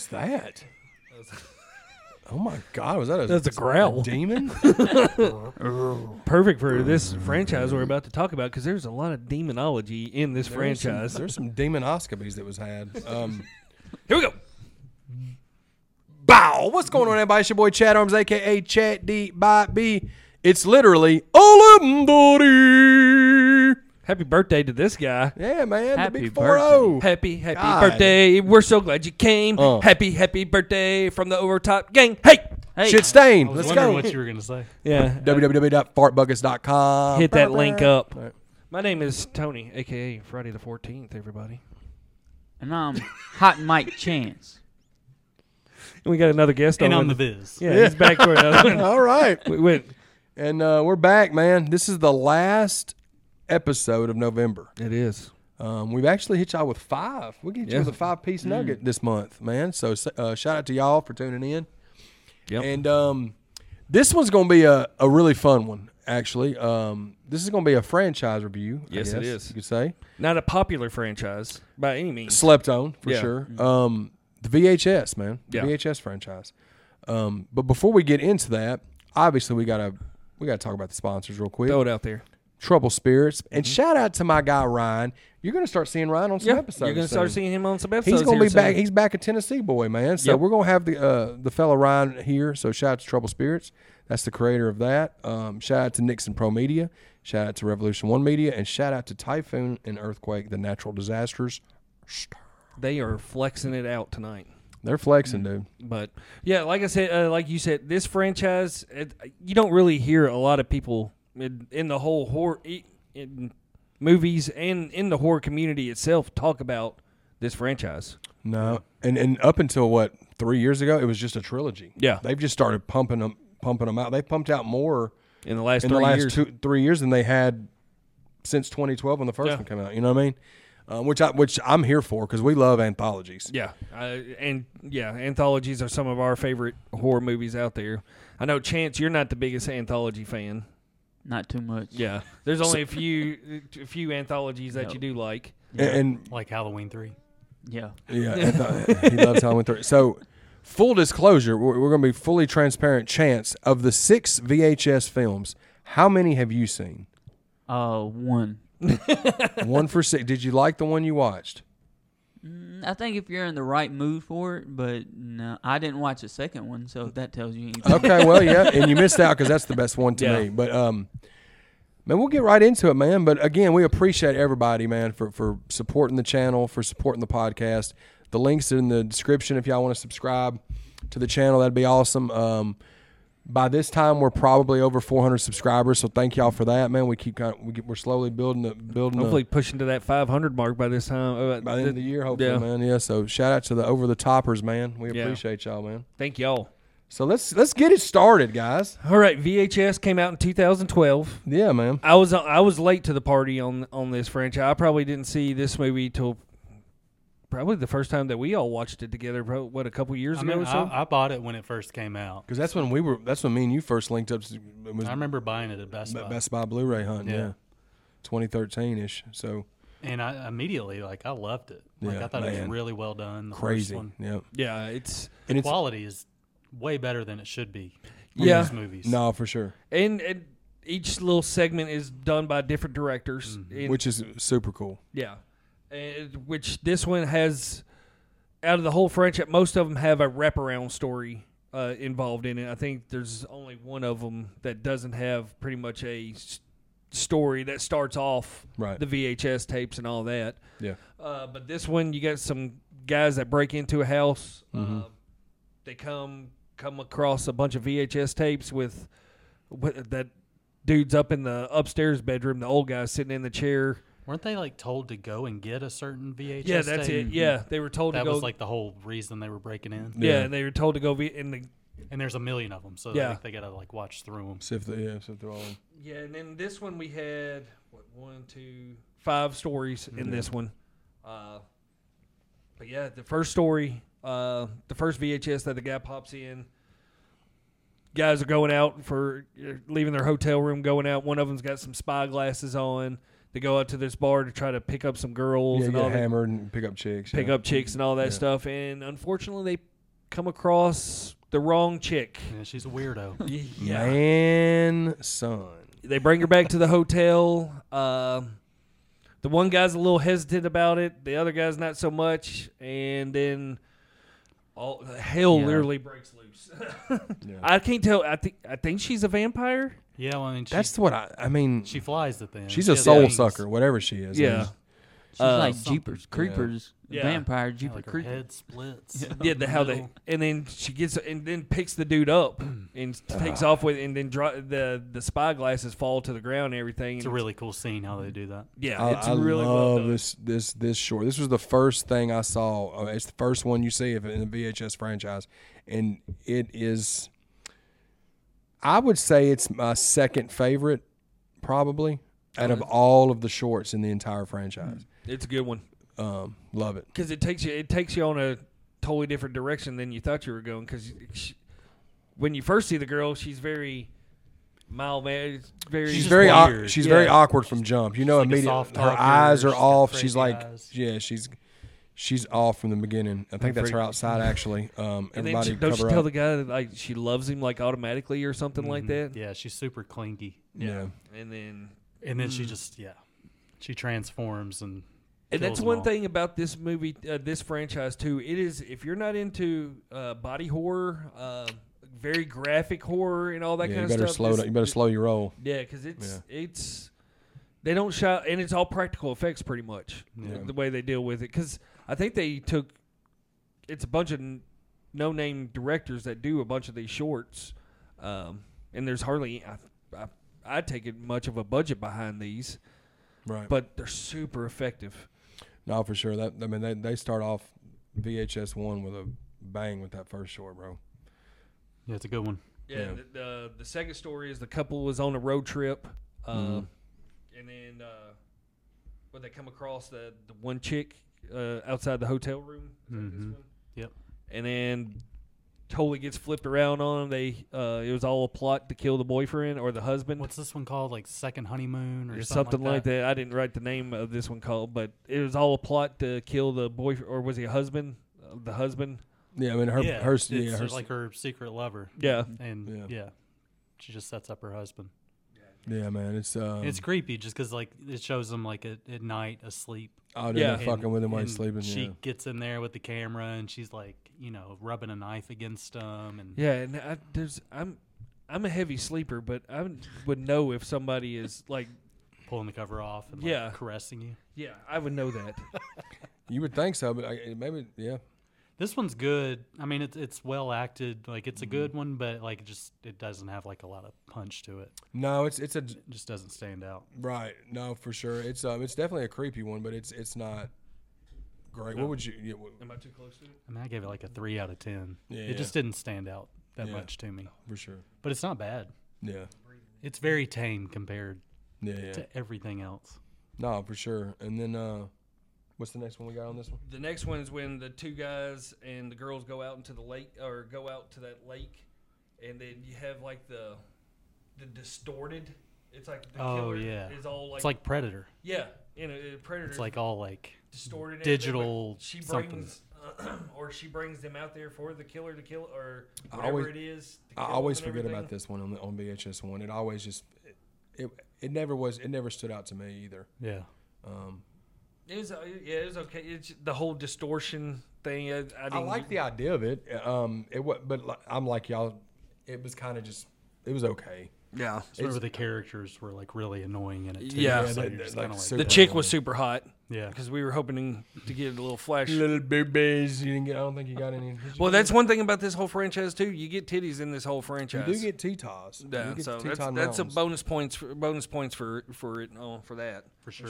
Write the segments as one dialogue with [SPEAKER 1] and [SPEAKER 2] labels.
[SPEAKER 1] that? Oh my God, was that a
[SPEAKER 2] That's a growl.
[SPEAKER 1] demon?
[SPEAKER 2] Perfect for this franchise we're about to talk about because there's a lot of demonology in this
[SPEAKER 1] There's some-
[SPEAKER 2] franchise.
[SPEAKER 1] There's some demonoscopies that was had. Um,
[SPEAKER 2] Here we go.
[SPEAKER 1] bow. What's going on, everybody? It's your boy Chad Arms, aka Chat D by B. It's literally Olindori.
[SPEAKER 2] Happy birthday to this guy.
[SPEAKER 1] Yeah, man.
[SPEAKER 3] Happy
[SPEAKER 1] the big four zero.
[SPEAKER 2] Happy, happy
[SPEAKER 1] God.
[SPEAKER 2] birthday. We're so glad you came.
[SPEAKER 1] Uh.
[SPEAKER 2] Happy, happy birthday from the Overtop Gang. Hey!
[SPEAKER 3] Hey,
[SPEAKER 1] Shit stain.
[SPEAKER 4] I was
[SPEAKER 1] Let's
[SPEAKER 4] wondering
[SPEAKER 1] go.
[SPEAKER 4] what you were gonna say.
[SPEAKER 2] Yeah.
[SPEAKER 1] www.fartbuckets.com.
[SPEAKER 2] Hit that link up.
[SPEAKER 1] All right.
[SPEAKER 2] My name is Tony, a.k.a. Friday the 14th, everybody.
[SPEAKER 3] and I'm Hot Mike Chance.
[SPEAKER 2] And we got another guest
[SPEAKER 4] And
[SPEAKER 2] on.
[SPEAKER 4] I'm the
[SPEAKER 2] with-
[SPEAKER 4] Viz.
[SPEAKER 2] yeah, he's back for another one.
[SPEAKER 1] All right.
[SPEAKER 2] We went.
[SPEAKER 1] And uh, we're back, man. This is the last episode of November.
[SPEAKER 2] It is.
[SPEAKER 1] Um, we've actually hit y'all with five. We get you
[SPEAKER 2] Yeah. Mm.
[SPEAKER 1] with a five piece nugget this month, man. So uh, shout out to y'all for tuning in.
[SPEAKER 2] Yep.
[SPEAKER 1] And um, this one's going to be a, a really fun one, actually. Um, this is going to be a franchise review. I
[SPEAKER 2] Yes, it
[SPEAKER 1] guess
[SPEAKER 2] is.
[SPEAKER 1] You could say
[SPEAKER 2] Not a popular franchise by any means.
[SPEAKER 1] slept on for
[SPEAKER 2] Yeah.
[SPEAKER 1] sure. Um, the VHS man, the
[SPEAKER 2] Yeah.
[SPEAKER 1] VHS franchise. Um, but before we get into that, obviously we gotta we gotta talk about the sponsors real quick.
[SPEAKER 2] Throw it out there.
[SPEAKER 1] Trouble Spirits and shout out to my guy Ryan. You're gonna start seeing Ryan on some episodes.
[SPEAKER 2] You're going to start
[SPEAKER 1] soon.
[SPEAKER 2] seeing him on some
[SPEAKER 1] He's
[SPEAKER 2] episodes.
[SPEAKER 1] gonna
[SPEAKER 2] here
[SPEAKER 1] be back.
[SPEAKER 2] soon.
[SPEAKER 1] He's back a Tennessee boy, man. So
[SPEAKER 2] Yep.
[SPEAKER 1] we're gonna have the uh, the fellow Ryan here. So shout out to Trouble Spirits. That's the creator of that. Um, shout out to Nixon Pro Media. Shout out to Revolution One Media, and shout out to Typhoon and Earthquake, the natural disasters.
[SPEAKER 2] They are flexing it out tonight.
[SPEAKER 1] They're
[SPEAKER 2] Mm.
[SPEAKER 1] flexing, dude.
[SPEAKER 2] But yeah, like I said, uh, like you said, this franchise, it, you don't really hear a lot of people in, in the whole horror i- in movies and in the horror community itself talk about this franchise.
[SPEAKER 1] No, and and up until what three years ago, it was just a trilogy.
[SPEAKER 2] Yeah.
[SPEAKER 1] they've just started pumping them, pumping them out. They pumped out more
[SPEAKER 2] In the last
[SPEAKER 1] in
[SPEAKER 2] three
[SPEAKER 1] the last
[SPEAKER 2] years,
[SPEAKER 1] two, three years than they had since 2012 when the first
[SPEAKER 2] Yeah.
[SPEAKER 1] one came out. You know what I mean? Um, which I which I'm here for because we love anthologies.
[SPEAKER 2] yeah, I- and yeah, anthologies are some of our favorite horror movies out there. I know, Chance, you're not the biggest anthology fan.
[SPEAKER 3] Not too much.
[SPEAKER 2] Yeah, there's only a few a few anthologies that you do like.
[SPEAKER 1] And,
[SPEAKER 4] Like Halloween three.
[SPEAKER 3] Yeah.
[SPEAKER 1] and yeah, antho- he loves Halloween three. So. Full disclosure, we're, we're going to be fully transparent. Chance of the six VHS films, how many have you seen?
[SPEAKER 3] Uh, one.
[SPEAKER 1] one for six. Did you like the one you watched?
[SPEAKER 3] Mm, I think if you're in the right mood for it, but no, I didn't watch the second one, so if that tells you anything.
[SPEAKER 1] Okay, well, yeah, and you missed out because that's the best one to
[SPEAKER 2] Yeah.
[SPEAKER 1] me. But um, man, we'll get right into it, man. But again, we appreciate everybody, man, for for supporting the channel, for supporting the podcast. The links are in the description if y'all want to subscribe to the channel. That'd be awesome. Um, by this time, we're probably over 400 subscribers, so thank y'all for that, man. We keep kind of, we get, we're slowly building the building. the-
[SPEAKER 2] Hopefully, pushing to that 500 mark by this time. Uh,
[SPEAKER 1] by the end of the year, hopefully,
[SPEAKER 2] Yeah.
[SPEAKER 1] man. Yeah. So shout out to the over the toppers, man. We
[SPEAKER 2] Yeah.
[SPEAKER 1] appreciate y'all, man.
[SPEAKER 2] Thank y'all.
[SPEAKER 1] So let's let's get it started, guys.
[SPEAKER 2] All right, VHS came out in 2012.
[SPEAKER 1] Yeah, man.
[SPEAKER 2] I was I was late to the party on on this franchise. I probably didn't see this movie till probably the first time that we all watched it together. Bro, what a couple years
[SPEAKER 4] I,
[SPEAKER 2] ago
[SPEAKER 4] mean,
[SPEAKER 2] or so.
[SPEAKER 4] I, I bought it when it first came out.
[SPEAKER 1] Because that's when we were. That's when me and you first linked up. It was
[SPEAKER 4] I remember buying it at Best
[SPEAKER 1] Be-
[SPEAKER 4] Buy,
[SPEAKER 1] Best Buy Blu-ray hunt. Yeah,
[SPEAKER 4] Yeah.
[SPEAKER 1] 2013 ish. So
[SPEAKER 4] and I immediately like I loved it. Like
[SPEAKER 1] Yeah,
[SPEAKER 4] I thought it
[SPEAKER 1] man.
[SPEAKER 4] was really well done. The first
[SPEAKER 1] crazy.
[SPEAKER 4] one.
[SPEAKER 1] Yep.
[SPEAKER 2] yeah, it's
[SPEAKER 1] And it's
[SPEAKER 4] Quality is way better than it should be. in
[SPEAKER 2] Yeah.
[SPEAKER 4] these movies.
[SPEAKER 1] no for sure,
[SPEAKER 2] and, and each little segment is done by different directors.
[SPEAKER 4] Mm-hmm.
[SPEAKER 2] And-
[SPEAKER 1] which is super cool.
[SPEAKER 2] yeah, And- which this one has out of the whole franchise, most of them have a wraparound story uh, involved in it. I think there's only one of them that doesn't have pretty much a s- story that starts off
[SPEAKER 1] Right.
[SPEAKER 2] the VHS tapes and all that.
[SPEAKER 1] Yeah.
[SPEAKER 2] Uh, but this one, you got some guys that break into a house.
[SPEAKER 1] Mm-hmm.
[SPEAKER 2] Uh, they come come across a bunch of VHS tapes with, with that dude's up in the upstairs bedroom. The old guy sitting in the chair.
[SPEAKER 4] Weren't they like told to go and get a certain VHS?
[SPEAKER 2] Yeah, that's
[SPEAKER 4] tape?
[SPEAKER 2] it. Yeah, they were told
[SPEAKER 4] That
[SPEAKER 2] to go.
[SPEAKER 4] was like the whole reason they were breaking in.
[SPEAKER 2] yeah, and they were told to go be in the.
[SPEAKER 4] And there's a million of them, so
[SPEAKER 2] Yeah.
[SPEAKER 4] yeah. they gotta like watch through them.
[SPEAKER 1] See if they, yeah, see if they're all.
[SPEAKER 2] Yeah, and then this one we had what one, two, five stories
[SPEAKER 4] Mm-hmm.
[SPEAKER 2] in this one. Uh, but yeah, the first story, uh, the first VHS that the guy pops in. Guys are going out for uh, leaving their hotel room, going out. One of them's got some spy glasses on. They go out to this bar to try to pick up some girls
[SPEAKER 1] Yeah,
[SPEAKER 2] and
[SPEAKER 1] get
[SPEAKER 2] all that
[SPEAKER 1] hammered and pick up chicks.
[SPEAKER 2] pick
[SPEAKER 1] yeah.
[SPEAKER 2] up chicks and all that stuff. And unfortunately, they come across the wrong chick.
[SPEAKER 4] Yeah, she's a weirdo.
[SPEAKER 2] Yeah.
[SPEAKER 1] Man, son.
[SPEAKER 2] They bring her back to the hotel. Um, the one guy's a little hesitant about it. The other guy's not so much. And then all hell
[SPEAKER 3] Yeah.
[SPEAKER 2] literally breaks loose.
[SPEAKER 1] Yeah.
[SPEAKER 2] I can't tell. I think I think she's a vampire.
[SPEAKER 4] Yeah, well, I mean, she,
[SPEAKER 1] That's what I. I mean,
[SPEAKER 4] she flies at the end.
[SPEAKER 1] she's
[SPEAKER 4] She
[SPEAKER 1] a
[SPEAKER 4] has
[SPEAKER 1] soul
[SPEAKER 4] wings.
[SPEAKER 1] sucker, whatever she is.
[SPEAKER 2] Yeah.
[SPEAKER 3] She's
[SPEAKER 2] Uh,
[SPEAKER 3] like
[SPEAKER 4] something.
[SPEAKER 3] Jeepers Creepers,
[SPEAKER 2] Yeah.
[SPEAKER 3] vampire
[SPEAKER 4] Yeah,
[SPEAKER 3] Jeepers
[SPEAKER 4] like her
[SPEAKER 3] Creepers.
[SPEAKER 4] head splits.
[SPEAKER 2] Yeah, the, how they and then she gets and then picks the dude up and takes off with and then dro- the the spy glasses fall to the ground and everything.
[SPEAKER 4] It's a really cool scene how they do that.
[SPEAKER 2] yeah,
[SPEAKER 1] I,
[SPEAKER 2] it's
[SPEAKER 1] I
[SPEAKER 2] really well
[SPEAKER 1] love
[SPEAKER 2] done.
[SPEAKER 1] this this this short. This was the first thing I saw. Uh, It's the first one you see of it in the VHS franchise, and it is. I would say it's my second favorite, probably out of all of the shorts in the entire franchise.
[SPEAKER 2] It's a good one
[SPEAKER 1] Um, love it.
[SPEAKER 2] because it takes you it takes you on a totally different direction than you thought you were going. Because when you first see the girl, she's very mild mannered, very
[SPEAKER 1] She's,
[SPEAKER 4] just
[SPEAKER 1] very au-
[SPEAKER 4] weird.
[SPEAKER 1] she's very
[SPEAKER 2] Yeah.
[SPEAKER 1] awkward from jump. You know,
[SPEAKER 4] like a
[SPEAKER 1] immediately
[SPEAKER 4] soft
[SPEAKER 1] her
[SPEAKER 4] talker.
[SPEAKER 1] eyes are
[SPEAKER 4] She's got
[SPEAKER 1] off.
[SPEAKER 4] crazy
[SPEAKER 1] She's like,
[SPEAKER 4] eyes.
[SPEAKER 1] yeah, she's she's off from the beginning. I think that's her outside actually. Um,
[SPEAKER 2] and then
[SPEAKER 1] everybody
[SPEAKER 2] she, don't she
[SPEAKER 1] cover
[SPEAKER 2] tell
[SPEAKER 1] up.
[SPEAKER 2] the guy that like she loves him like automatically or something like that?
[SPEAKER 4] Mm-hmm. Yeah, she's super clingy.
[SPEAKER 1] yeah.
[SPEAKER 2] And then
[SPEAKER 4] And then
[SPEAKER 2] Mm.
[SPEAKER 4] she just, yeah, she transforms and.
[SPEAKER 2] And
[SPEAKER 4] kills
[SPEAKER 2] that's
[SPEAKER 4] them
[SPEAKER 2] one
[SPEAKER 4] all.
[SPEAKER 2] thing about this movie, uh, this franchise too. It is if you're not into uh, body horror, uh, very graphic horror, and all that
[SPEAKER 1] yeah,
[SPEAKER 2] kind
[SPEAKER 1] you
[SPEAKER 2] of
[SPEAKER 1] better
[SPEAKER 2] stuff.
[SPEAKER 1] slow.
[SPEAKER 2] this-
[SPEAKER 1] down- You better slow your roll.
[SPEAKER 2] Yeah, because it's it's they don't shout, and it's all practical effects pretty much.
[SPEAKER 4] Yeah.
[SPEAKER 2] The way they deal with it, because I think they took it's a bunch of no name directors that do a bunch of these shorts, um, and there's hardly I, I I take it much of a budget behind these,
[SPEAKER 1] Right.
[SPEAKER 2] but they're super effective.
[SPEAKER 1] No, for sure. That I mean, they, they start off VHS one with a bang with that first short, bro.
[SPEAKER 4] Yeah, it's a good one.
[SPEAKER 2] Yeah,
[SPEAKER 1] Yeah.
[SPEAKER 2] The, the the second story is the couple was on a road trip, uh, and then uh, when they come across the, the one chick uh, outside the hotel room, is that this
[SPEAKER 4] Mhm.
[SPEAKER 2] one?
[SPEAKER 4] Yep.
[SPEAKER 2] and then totally gets flipped around on them. They uh, it was all a plot to kill the boyfriend or the husband
[SPEAKER 4] What's this one called? Like second honeymoon or,
[SPEAKER 2] or something, like,
[SPEAKER 4] that.
[SPEAKER 2] that. I didn't write the name of this one called, but it was all a plot to kill the boyfriend or was he a husband? Uh, the husband,
[SPEAKER 1] Yeah, I mean her,
[SPEAKER 4] yeah,
[SPEAKER 1] her,
[SPEAKER 4] it's
[SPEAKER 1] yeah, her,
[SPEAKER 4] like her secret lover,
[SPEAKER 2] yeah.
[SPEAKER 4] and
[SPEAKER 1] Yeah.
[SPEAKER 4] yeah. she just sets up her husband.
[SPEAKER 1] yeah, man. It's um,
[SPEAKER 4] And it's creepy just because like it shows him like at, at night asleep.
[SPEAKER 1] oh, dude,
[SPEAKER 2] yeah,
[SPEAKER 1] they're fucking
[SPEAKER 4] and-
[SPEAKER 1] with him while
[SPEAKER 4] and
[SPEAKER 1] he's sleeping.
[SPEAKER 4] She
[SPEAKER 1] yeah.
[SPEAKER 4] gets in there with the camera and she's like, you know, rubbing a knife against him, and
[SPEAKER 2] Yeah, and I, there's I'm I'm a heavy sleeper, but I would- would know if somebody is like
[SPEAKER 4] pulling the cover off, and like,
[SPEAKER 2] Yeah.
[SPEAKER 4] caressing you.
[SPEAKER 2] yeah, I would know that.
[SPEAKER 1] You would think so, but I, maybe yeah.
[SPEAKER 4] This one's good. I mean, it's it's well acted. Like it's a
[SPEAKER 1] Mm-hmm.
[SPEAKER 4] good one, but like just it doesn't have like a lot of punch to it.
[SPEAKER 1] No, it's it's a
[SPEAKER 4] It just doesn't stand out.
[SPEAKER 1] right. No, for sure. It's um, it's definitely a creepy one, but it's it's not great. What would you? Yeah, what,
[SPEAKER 2] Am I too close to it?
[SPEAKER 4] I mean, I gave it like a three out of ten.
[SPEAKER 1] Yeah,
[SPEAKER 4] it
[SPEAKER 1] yeah.
[SPEAKER 4] just didn't stand out that
[SPEAKER 1] Yeah.
[SPEAKER 4] much to me.
[SPEAKER 1] for sure.
[SPEAKER 4] But it's not bad.
[SPEAKER 1] Yeah.
[SPEAKER 4] It's very tame compared
[SPEAKER 1] Yeah, yeah.
[SPEAKER 4] to everything else.
[SPEAKER 1] No, for sure. And then uh, what's the next one we got on this one?
[SPEAKER 2] The next one is when the two guys and the girls go out into the lake or go out to that lake, and then you have like the the distorted. It's like the
[SPEAKER 4] Oh,
[SPEAKER 2] killer
[SPEAKER 4] yeah.
[SPEAKER 2] is all like,
[SPEAKER 4] it's like Predator.
[SPEAKER 2] yeah, and a, a predator.
[SPEAKER 4] It's like all like
[SPEAKER 2] distorted and
[SPEAKER 4] digital
[SPEAKER 2] everything, but She
[SPEAKER 4] something.
[SPEAKER 2] brings or she brings them out there for the killer to kill or
[SPEAKER 1] I
[SPEAKER 2] whatever
[SPEAKER 1] always-
[SPEAKER 2] it is. to
[SPEAKER 1] I
[SPEAKER 2] kill
[SPEAKER 1] always
[SPEAKER 2] them and
[SPEAKER 1] forget
[SPEAKER 2] everything.
[SPEAKER 1] about this one on the on VHS one. It always just it, it it never was it never stood out to me either.
[SPEAKER 4] yeah.
[SPEAKER 1] Um,
[SPEAKER 2] It was, uh, yeah, it was okay. It's the whole distortion thing. I, I,
[SPEAKER 1] I
[SPEAKER 2] didn't-
[SPEAKER 1] like the idea of it. Um, it was, but li- I'm like y'all. It was kind of just it was okay.
[SPEAKER 2] yeah.
[SPEAKER 4] It's whenever the characters were like really annoying in it. Too.
[SPEAKER 2] Yeah.
[SPEAKER 4] so
[SPEAKER 1] Yeah,
[SPEAKER 4] you're
[SPEAKER 1] they-
[SPEAKER 4] just
[SPEAKER 1] like
[SPEAKER 4] kinda
[SPEAKER 1] super-
[SPEAKER 2] The chick was super hot
[SPEAKER 4] yeah.
[SPEAKER 2] because we were hoping to get a little flash.
[SPEAKER 1] Little boobies. You didn't get. I don't think you got any. did you
[SPEAKER 2] Well,
[SPEAKER 1] get
[SPEAKER 2] that's one thing about this whole franchise too. You get titties in this whole
[SPEAKER 1] any?
[SPEAKER 2] franchise.
[SPEAKER 1] you do get T-tops.
[SPEAKER 2] Yeah,
[SPEAKER 1] you get
[SPEAKER 2] so
[SPEAKER 1] the
[SPEAKER 2] that's,
[SPEAKER 1] Teton
[SPEAKER 2] that's a
[SPEAKER 1] Mountains.
[SPEAKER 2] bonus points for, bonus points for for it oh, for that.
[SPEAKER 4] for sure.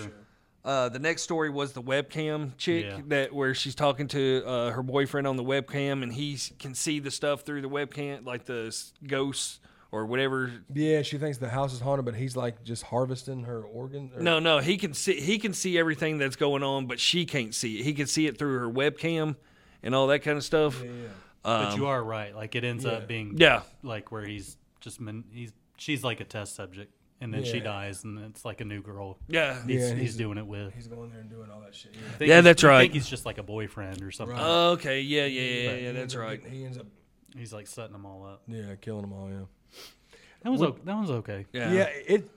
[SPEAKER 2] Uh, the next story was the webcam chick
[SPEAKER 4] Yeah.
[SPEAKER 2] that where she's talking to uh, her boyfriend on the webcam and he s- can see the stuff through the webcam like the s- ghosts or whatever
[SPEAKER 1] Yeah, she thinks the house is haunted, but he's like just harvesting her organs. or-
[SPEAKER 2] No, no, he can see he can see everything that's going on, but she can't see it. He can see it through her webcam and all that kind of stuff. Um,
[SPEAKER 1] Yeah.
[SPEAKER 4] but you are right. Like it ends
[SPEAKER 1] Um, yeah.
[SPEAKER 4] up being
[SPEAKER 2] Yeah.
[SPEAKER 4] like where he's just man- he's she's like a test subject and then she
[SPEAKER 1] Yeah.
[SPEAKER 4] dies, and it's like a new girl.
[SPEAKER 2] Yeah.
[SPEAKER 4] He's,
[SPEAKER 1] Yeah,
[SPEAKER 4] he's,
[SPEAKER 1] he's-
[SPEAKER 4] doing it with.
[SPEAKER 1] He's going there and doing all that shit.
[SPEAKER 4] I think
[SPEAKER 2] Yeah,
[SPEAKER 4] he's-
[SPEAKER 2] that's
[SPEAKER 4] I
[SPEAKER 2] right.
[SPEAKER 4] think he's just like a boyfriend or something.
[SPEAKER 1] Right.
[SPEAKER 2] Oh, Okay. Yeah. Yeah. Yeah. Yeah. That's right.
[SPEAKER 1] He ends up,
[SPEAKER 4] He's like setting them all up.
[SPEAKER 1] yeah, killing them all. Yeah.
[SPEAKER 4] That was o that one's okay.
[SPEAKER 2] Yeah.
[SPEAKER 1] Yeah, it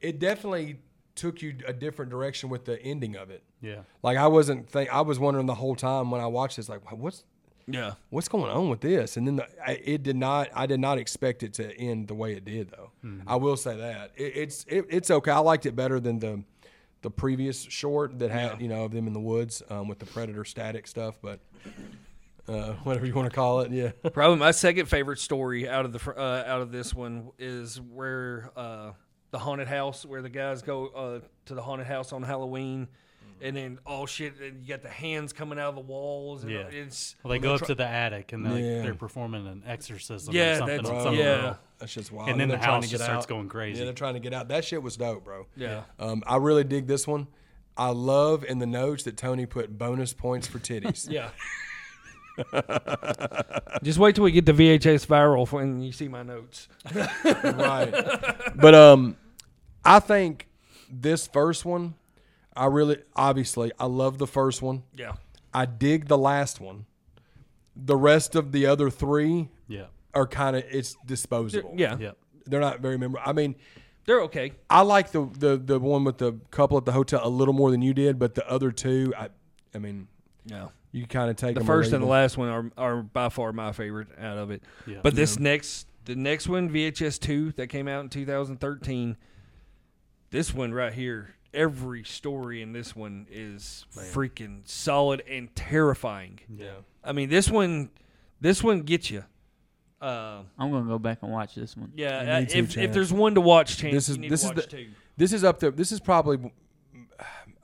[SPEAKER 1] it definitely took you a different direction with the ending of it.
[SPEAKER 4] Yeah,
[SPEAKER 1] Like I wasn't think I was wondering the whole time when I watched this, like what's
[SPEAKER 2] Yeah.
[SPEAKER 1] what's going on with this? And then the, I, it did not. I did not expect it to end the way it did, though.
[SPEAKER 4] Hmm.
[SPEAKER 1] I will say that it, it's it, it's okay. I liked it better than the the previous short that had you know of them in the woods um, with the predator static stuff, but uh, whatever you want to call it, yeah.
[SPEAKER 2] Probably my second favorite story out of the fr- uh, out of this one is where uh, the haunted house, where the guys go uh, to the haunted house on Halloween,
[SPEAKER 4] Mm-hmm.
[SPEAKER 2] and then all shit, and you got the hands coming out of the walls. And
[SPEAKER 4] Yeah.
[SPEAKER 2] It's
[SPEAKER 4] well, they go up to the attic and like,
[SPEAKER 1] Yeah.
[SPEAKER 4] they're performing an exorcism or
[SPEAKER 2] Yeah,
[SPEAKER 4] something
[SPEAKER 2] that's-
[SPEAKER 4] on some
[SPEAKER 2] yeah.
[SPEAKER 4] girl.
[SPEAKER 1] That's just wild.
[SPEAKER 4] And then
[SPEAKER 1] Oh, they're
[SPEAKER 4] the
[SPEAKER 1] trying
[SPEAKER 4] house just starts going crazy.
[SPEAKER 1] Yeah, they're trying to get out. That shit was dope, bro.
[SPEAKER 2] Yeah.
[SPEAKER 1] Um, I really dig this one. I love in the notes that Tony put bonus points for titties.
[SPEAKER 2] yeah. Just wait till we get the VHS viral for, and you see my notes.
[SPEAKER 1] right. But um, I think this first one, I really obviously I love the first one.
[SPEAKER 2] Yeah.
[SPEAKER 1] I dig the last one. The rest of the other three
[SPEAKER 4] Yeah,
[SPEAKER 1] are kind of it's disposable.
[SPEAKER 2] Yeah.
[SPEAKER 4] yeah.
[SPEAKER 1] they're not very memorable. I mean,
[SPEAKER 2] They're okay.
[SPEAKER 1] I like the, the the one with the couple at the hotel a little more than you did, but the other two, I I mean,
[SPEAKER 2] Yeah.
[SPEAKER 1] you kind of take
[SPEAKER 2] The
[SPEAKER 1] them
[SPEAKER 2] first and the
[SPEAKER 1] last.
[SPEAKER 2] last one are, are by far my favorite out of it.
[SPEAKER 4] Yeah.
[SPEAKER 2] But this next, the next one, VHS two that came out in 2013. This one right here, every story in this one is freaking solid and terrifying.
[SPEAKER 1] Yeah.
[SPEAKER 2] I mean, this one, this one gets you. Uh,
[SPEAKER 3] I'm gonna go back and watch this one.
[SPEAKER 2] yeah,
[SPEAKER 1] Me
[SPEAKER 2] uh,
[SPEAKER 1] too,
[SPEAKER 2] if, if
[SPEAKER 1] Chance.
[SPEAKER 2] there's one to watch, chance
[SPEAKER 1] This is-
[SPEAKER 2] you need
[SPEAKER 1] this
[SPEAKER 2] to
[SPEAKER 1] is
[SPEAKER 2] watch
[SPEAKER 1] the-
[SPEAKER 2] two.
[SPEAKER 1] This is up there. This is probably,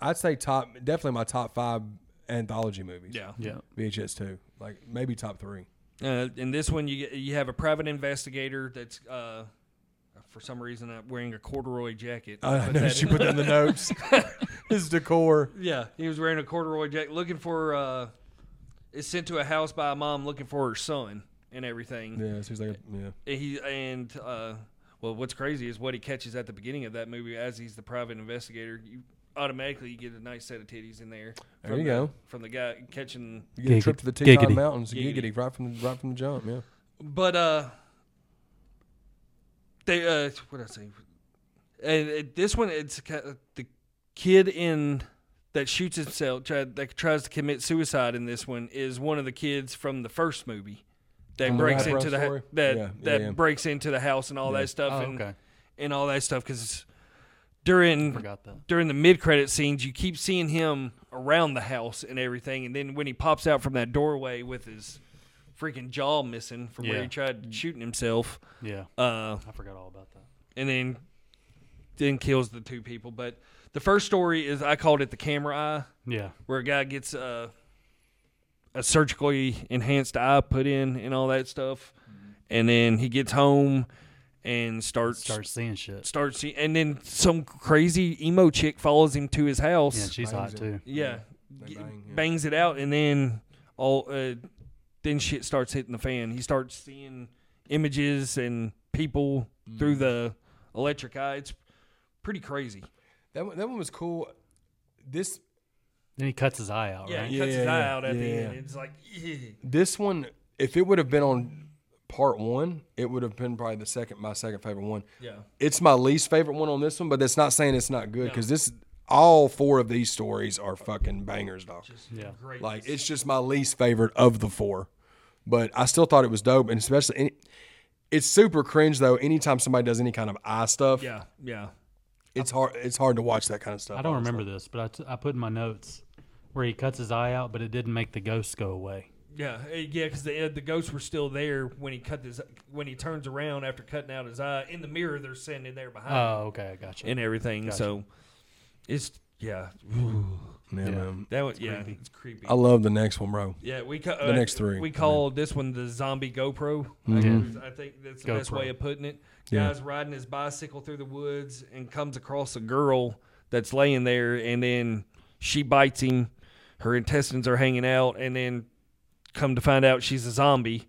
[SPEAKER 1] I'd say top, definitely my top five anthology movies.
[SPEAKER 2] Yeah.
[SPEAKER 4] Yeah.
[SPEAKER 1] VHS two, like maybe top three.
[SPEAKER 2] Uh, in this one, you get- you have a private investigator that's uh, for some reason uh, wearing a corduroy jacket.
[SPEAKER 1] I
[SPEAKER 2] But
[SPEAKER 1] know
[SPEAKER 2] that-
[SPEAKER 1] she put that in the notes. His decor.
[SPEAKER 2] Yeah, he was wearing a corduroy jacket, looking for. uh Is sent to a house by a mom looking for her son and everything.
[SPEAKER 1] Yeah, so he's like, yeah,
[SPEAKER 2] And he and uh well, what's crazy is what he catches at the beginning of that movie as he's the private investigator. You automatically you get a nice set of titties in there.
[SPEAKER 1] There
[SPEAKER 2] from
[SPEAKER 1] you
[SPEAKER 2] the-
[SPEAKER 1] go.
[SPEAKER 2] From the guy catching,
[SPEAKER 1] you get a
[SPEAKER 4] Giggity.
[SPEAKER 1] trip to the Teton
[SPEAKER 4] Giggity.
[SPEAKER 1] Mountains, giggity.
[SPEAKER 2] Giggity.
[SPEAKER 1] right from the right from the jump. Yeah,
[SPEAKER 2] but uh, they uh, what I say, and it, this one it's ki- uh, the kid in that shoots himself tried, that tries to commit suicide in this one is one of the kids from the first movie that
[SPEAKER 1] From the
[SPEAKER 2] breaks
[SPEAKER 1] Wrap-Around
[SPEAKER 2] into the
[SPEAKER 1] Story?
[SPEAKER 2] ha- that
[SPEAKER 1] Yeah,
[SPEAKER 2] that
[SPEAKER 1] yeah, yeah.
[SPEAKER 2] breaks into the house and all that stuff
[SPEAKER 4] Oh,
[SPEAKER 2] and
[SPEAKER 4] okay.
[SPEAKER 2] and all that stuff because during
[SPEAKER 4] Forgot that.
[SPEAKER 2] during the mid credit scenes, you keep seeing him around the house and everything, and then when he pops out from that doorway with his freaking jaw missing from where
[SPEAKER 4] Yeah.
[SPEAKER 2] he tried shooting himself,
[SPEAKER 4] Yeah,
[SPEAKER 2] uh,
[SPEAKER 4] I forgot all about that.
[SPEAKER 2] and then then kills the two people. But the first story is I called it the camera eye,
[SPEAKER 4] Yeah,
[SPEAKER 2] where a guy gets a a surgically enhanced eye put in and all that stuff, and then he gets home and starts
[SPEAKER 4] start seeing shit.
[SPEAKER 2] starts see- and then some crazy emo chick follows him to his house.
[SPEAKER 4] Yeah, she's hot
[SPEAKER 1] Amazing.
[SPEAKER 4] too.
[SPEAKER 2] Yeah.
[SPEAKER 1] They
[SPEAKER 2] G-
[SPEAKER 1] bang, yeah.
[SPEAKER 2] Bangs it out, and then all uh, then shit starts hitting the fan. He starts seeing images and people
[SPEAKER 1] Mm.
[SPEAKER 2] through the electric eye. It's pretty crazy.
[SPEAKER 1] that one, that one was cool. This
[SPEAKER 4] Then he cuts his eye out,
[SPEAKER 2] Yeah,
[SPEAKER 4] right?
[SPEAKER 2] he cuts his
[SPEAKER 1] Yeah,
[SPEAKER 2] eye
[SPEAKER 1] yeah,
[SPEAKER 2] out at the
[SPEAKER 1] yeah,
[SPEAKER 2] end.
[SPEAKER 1] yeah.
[SPEAKER 2] It's like,
[SPEAKER 1] this one, if it would have been on part one, it would have been probably the second my second favorite one.
[SPEAKER 2] yeah,
[SPEAKER 1] it's my least favorite one on this one, but that's not saying it's not good because this all four of these stories are fucking bangers, dog.
[SPEAKER 4] Yeah.
[SPEAKER 2] great.
[SPEAKER 1] Like it's just my least favorite of the four, but I still thought it was dope, and especially any, it's super cringe though. Anytime somebody does any kind of eye stuff,
[SPEAKER 2] yeah, yeah,
[SPEAKER 1] it's hard. It's hard to watch that kind of stuff.
[SPEAKER 4] I don't remember this, but I, t- I put in my notes where he cuts his eye out, but it didn't make the ghost go away.
[SPEAKER 2] yeah, eh, yeah. Because the uh, the ghosts were still there when he cut this when he turns around after cutting out his eye in the mirror. They're standing there behind him
[SPEAKER 4] Oh, okay, I gotcha.
[SPEAKER 2] and everything. So it's yeah,
[SPEAKER 1] Yeah, man.
[SPEAKER 2] that was yeah, it's creepy.
[SPEAKER 1] I love the next one, bro.
[SPEAKER 2] Yeah, we ca- uh,
[SPEAKER 1] The next three. Mm-hmm.
[SPEAKER 2] We call this one the zombie GoPro. I guess. I think that's the best
[SPEAKER 4] GoPro.
[SPEAKER 2] way of putting it.
[SPEAKER 1] Yeah.
[SPEAKER 2] Guy's riding his bicycle through the woods and comes across a girl that's laying there, and then she bites him. Her intestines are hanging out, and then come to find out she's a zombie.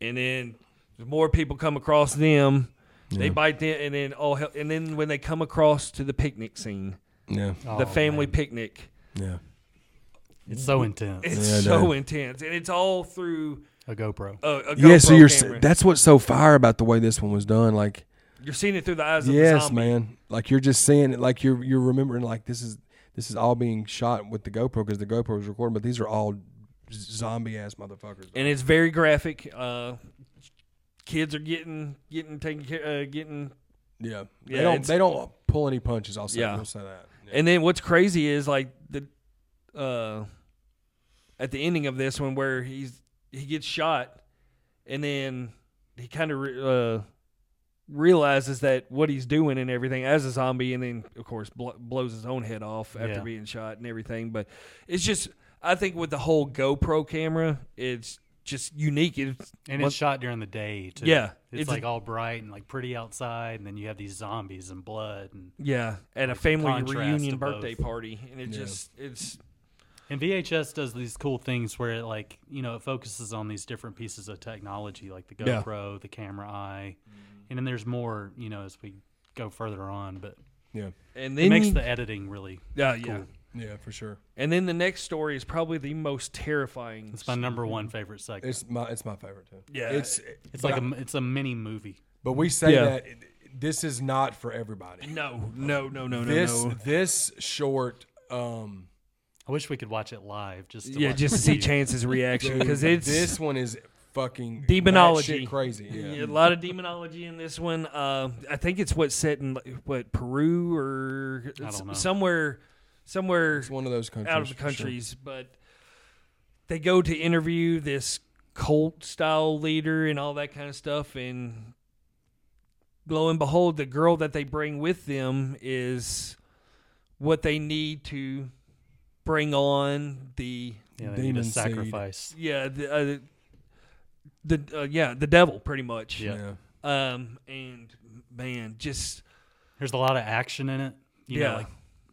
[SPEAKER 2] And then more people come across them, They bite it, and then all hell, and then when they come across to the picnic scene,
[SPEAKER 1] Yeah.
[SPEAKER 4] Oh,
[SPEAKER 2] the family
[SPEAKER 4] man.
[SPEAKER 2] picnic,
[SPEAKER 1] Yeah.
[SPEAKER 4] It's so intense.
[SPEAKER 2] it's
[SPEAKER 1] Yeah, I
[SPEAKER 2] so
[SPEAKER 1] know.
[SPEAKER 2] intense, and it's all through
[SPEAKER 4] A GoPro.
[SPEAKER 2] a, a
[SPEAKER 1] Yeah, so
[SPEAKER 2] GoPro
[SPEAKER 1] you're s-
[SPEAKER 2] camera.
[SPEAKER 1] that's what's so fire about the way this one was done. Like
[SPEAKER 2] you're seeing it through the eyes of the
[SPEAKER 1] yes,
[SPEAKER 2] zombie.
[SPEAKER 1] man. Like you're just seeing it like you're you're remembering like this is this is all being shot with the GoPro because the GoPro was recording, but these are all zombie ass motherfuckers.
[SPEAKER 2] and it's very graphic. Uh, kids are getting getting taken care, uh, getting,
[SPEAKER 1] Yeah.
[SPEAKER 2] Yeah,
[SPEAKER 1] they don't
[SPEAKER 2] it's-
[SPEAKER 1] they don't pull any punches, I'll say
[SPEAKER 2] Yeah.
[SPEAKER 1] I'll say that. Yeah.
[SPEAKER 2] and then what's crazy is like the, uh, at the ending of this one where he's he gets shot, and then he kind of re- uh realizes that what he's doing and everything as a zombie, and then of course bl- blows his own head off after
[SPEAKER 4] Yeah.
[SPEAKER 2] being shot and everything. But it's just I think with the whole GoPro camera, it's just unique. It's
[SPEAKER 4] And
[SPEAKER 2] What-
[SPEAKER 4] it's shot during the day too.
[SPEAKER 2] Yeah,
[SPEAKER 4] It's,
[SPEAKER 2] it's-
[SPEAKER 4] like all bright and like pretty outside and then you have these zombies and blood and,
[SPEAKER 2] Yeah, at a
[SPEAKER 4] Like the
[SPEAKER 2] family
[SPEAKER 4] contrast
[SPEAKER 2] reunion
[SPEAKER 4] of both.
[SPEAKER 2] birthday party, and it
[SPEAKER 1] Yeah.
[SPEAKER 2] just it's
[SPEAKER 4] and VHS does these cool things where it like, you know, it focuses on these different pieces of technology like the
[SPEAKER 1] Yeah.
[SPEAKER 4] GoPro, the camera eye.
[SPEAKER 2] Mm-hmm.
[SPEAKER 4] And then there's more, you know, as we go further on, but
[SPEAKER 1] yeah.
[SPEAKER 2] and
[SPEAKER 4] it
[SPEAKER 2] then
[SPEAKER 4] makes
[SPEAKER 2] you-
[SPEAKER 4] the editing really
[SPEAKER 2] yeah yeah,
[SPEAKER 4] cool.
[SPEAKER 1] Yeah, for sure.
[SPEAKER 2] and then the next story is probably the most terrifying.
[SPEAKER 4] It's my number one favorite segment. It's,
[SPEAKER 1] It's my it's my favorite too.
[SPEAKER 2] Yeah.
[SPEAKER 1] It's
[SPEAKER 4] like a m it's a mini movie.
[SPEAKER 1] But we say
[SPEAKER 2] Yeah.
[SPEAKER 1] that this is not for everybody.
[SPEAKER 2] no no no no no
[SPEAKER 1] this
[SPEAKER 2] no
[SPEAKER 1] this short um
[SPEAKER 4] I wish we could watch it live. Just to
[SPEAKER 2] yeah
[SPEAKER 4] watch
[SPEAKER 2] just
[SPEAKER 4] it
[SPEAKER 2] to see
[SPEAKER 4] with you.
[SPEAKER 2] Chance's reaction because
[SPEAKER 1] dude,
[SPEAKER 2] it's
[SPEAKER 1] this one is fucking
[SPEAKER 2] Demonology.
[SPEAKER 1] batshit crazy. Yeah.
[SPEAKER 2] a lot of demonology in this one. Uh, I think it's what set in like, what Peru or
[SPEAKER 4] I don't know.
[SPEAKER 2] somewhere somewhere
[SPEAKER 1] It's one of those countries.
[SPEAKER 2] out of the
[SPEAKER 1] for sure.
[SPEAKER 2] countries, but they go to interview this cult style leader and all that kind of stuff. And lo and behold, the girl that they bring with them is what they need to bring on the
[SPEAKER 4] Yeah, they need
[SPEAKER 1] Demon
[SPEAKER 4] a
[SPEAKER 1] seed.
[SPEAKER 4] sacrifice.
[SPEAKER 2] yeah the uh, the uh, yeah the devil pretty much
[SPEAKER 4] Yeah.
[SPEAKER 1] Yeah.
[SPEAKER 2] um and man just
[SPEAKER 4] There's a lot of action in it. You
[SPEAKER 2] Yeah.
[SPEAKER 4] know, like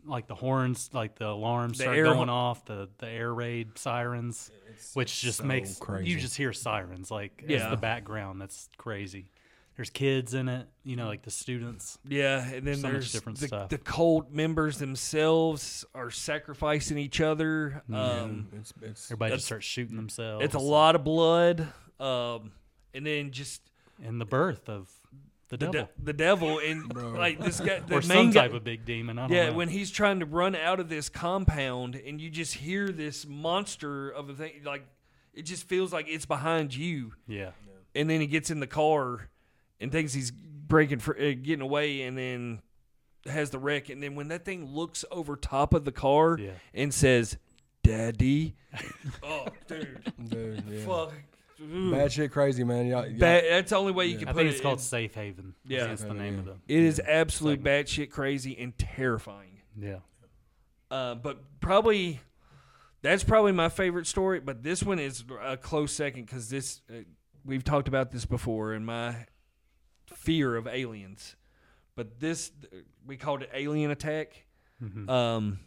[SPEAKER 4] like the horns, like the alarms
[SPEAKER 2] The
[SPEAKER 4] start
[SPEAKER 2] air
[SPEAKER 4] going
[SPEAKER 2] hor-
[SPEAKER 4] off, the the air raid sirens, which just
[SPEAKER 1] so
[SPEAKER 4] makes
[SPEAKER 1] crazy.
[SPEAKER 4] you just hear sirens like
[SPEAKER 2] Yeah.
[SPEAKER 4] as the background. That's crazy. There's kids in it, you know, like the students.
[SPEAKER 2] Yeah, and then
[SPEAKER 4] So much
[SPEAKER 2] there's
[SPEAKER 4] different
[SPEAKER 2] the,
[SPEAKER 4] stuff.
[SPEAKER 2] the cult members themselves are sacrificing each other.
[SPEAKER 4] Mm-hmm.
[SPEAKER 2] Um,
[SPEAKER 1] It's, it's,
[SPEAKER 4] Everybody
[SPEAKER 2] That's-
[SPEAKER 4] just starts shooting themselves.
[SPEAKER 2] It's a lot of blood, um, and then just
[SPEAKER 4] And the birth of the,
[SPEAKER 2] the,
[SPEAKER 4] devil.
[SPEAKER 2] de- the devil and like this guy, the
[SPEAKER 4] or
[SPEAKER 2] main
[SPEAKER 4] some
[SPEAKER 2] guy.
[SPEAKER 4] type of big demon. I don't
[SPEAKER 2] yeah,
[SPEAKER 4] know.
[SPEAKER 2] when he's trying to run out of this compound, and you just hear this monster of a thing, like it just feels like it's behind you.
[SPEAKER 4] yeah.
[SPEAKER 2] and then he gets in the car and thinks he's breaking for uh, getting away and then has the wreck and then when that thing looks over top of the car
[SPEAKER 4] Yeah.
[SPEAKER 2] and says daddy oh dude
[SPEAKER 1] dude, yeah.
[SPEAKER 2] fuck Ooh.
[SPEAKER 1] Batshit crazy, man. Y'all, y'all,
[SPEAKER 2] Ba- that's the only way you can
[SPEAKER 4] I
[SPEAKER 2] put
[SPEAKER 4] think
[SPEAKER 2] it
[SPEAKER 4] it's called
[SPEAKER 2] It's-
[SPEAKER 4] Safe Haven. I think
[SPEAKER 2] Yeah.
[SPEAKER 4] that's the
[SPEAKER 1] Safe Haven,
[SPEAKER 4] name of
[SPEAKER 1] yeah.
[SPEAKER 4] them.
[SPEAKER 2] it is absolute batshit crazy and terrifying
[SPEAKER 4] Yeah,
[SPEAKER 2] uh, but probably that's probably my favorite story. But this one is a close second because this uh, we've talked about this before, and my fear of aliens. But this uh, we called it Alien Attack.
[SPEAKER 1] Mm-hmm.
[SPEAKER 2] Um,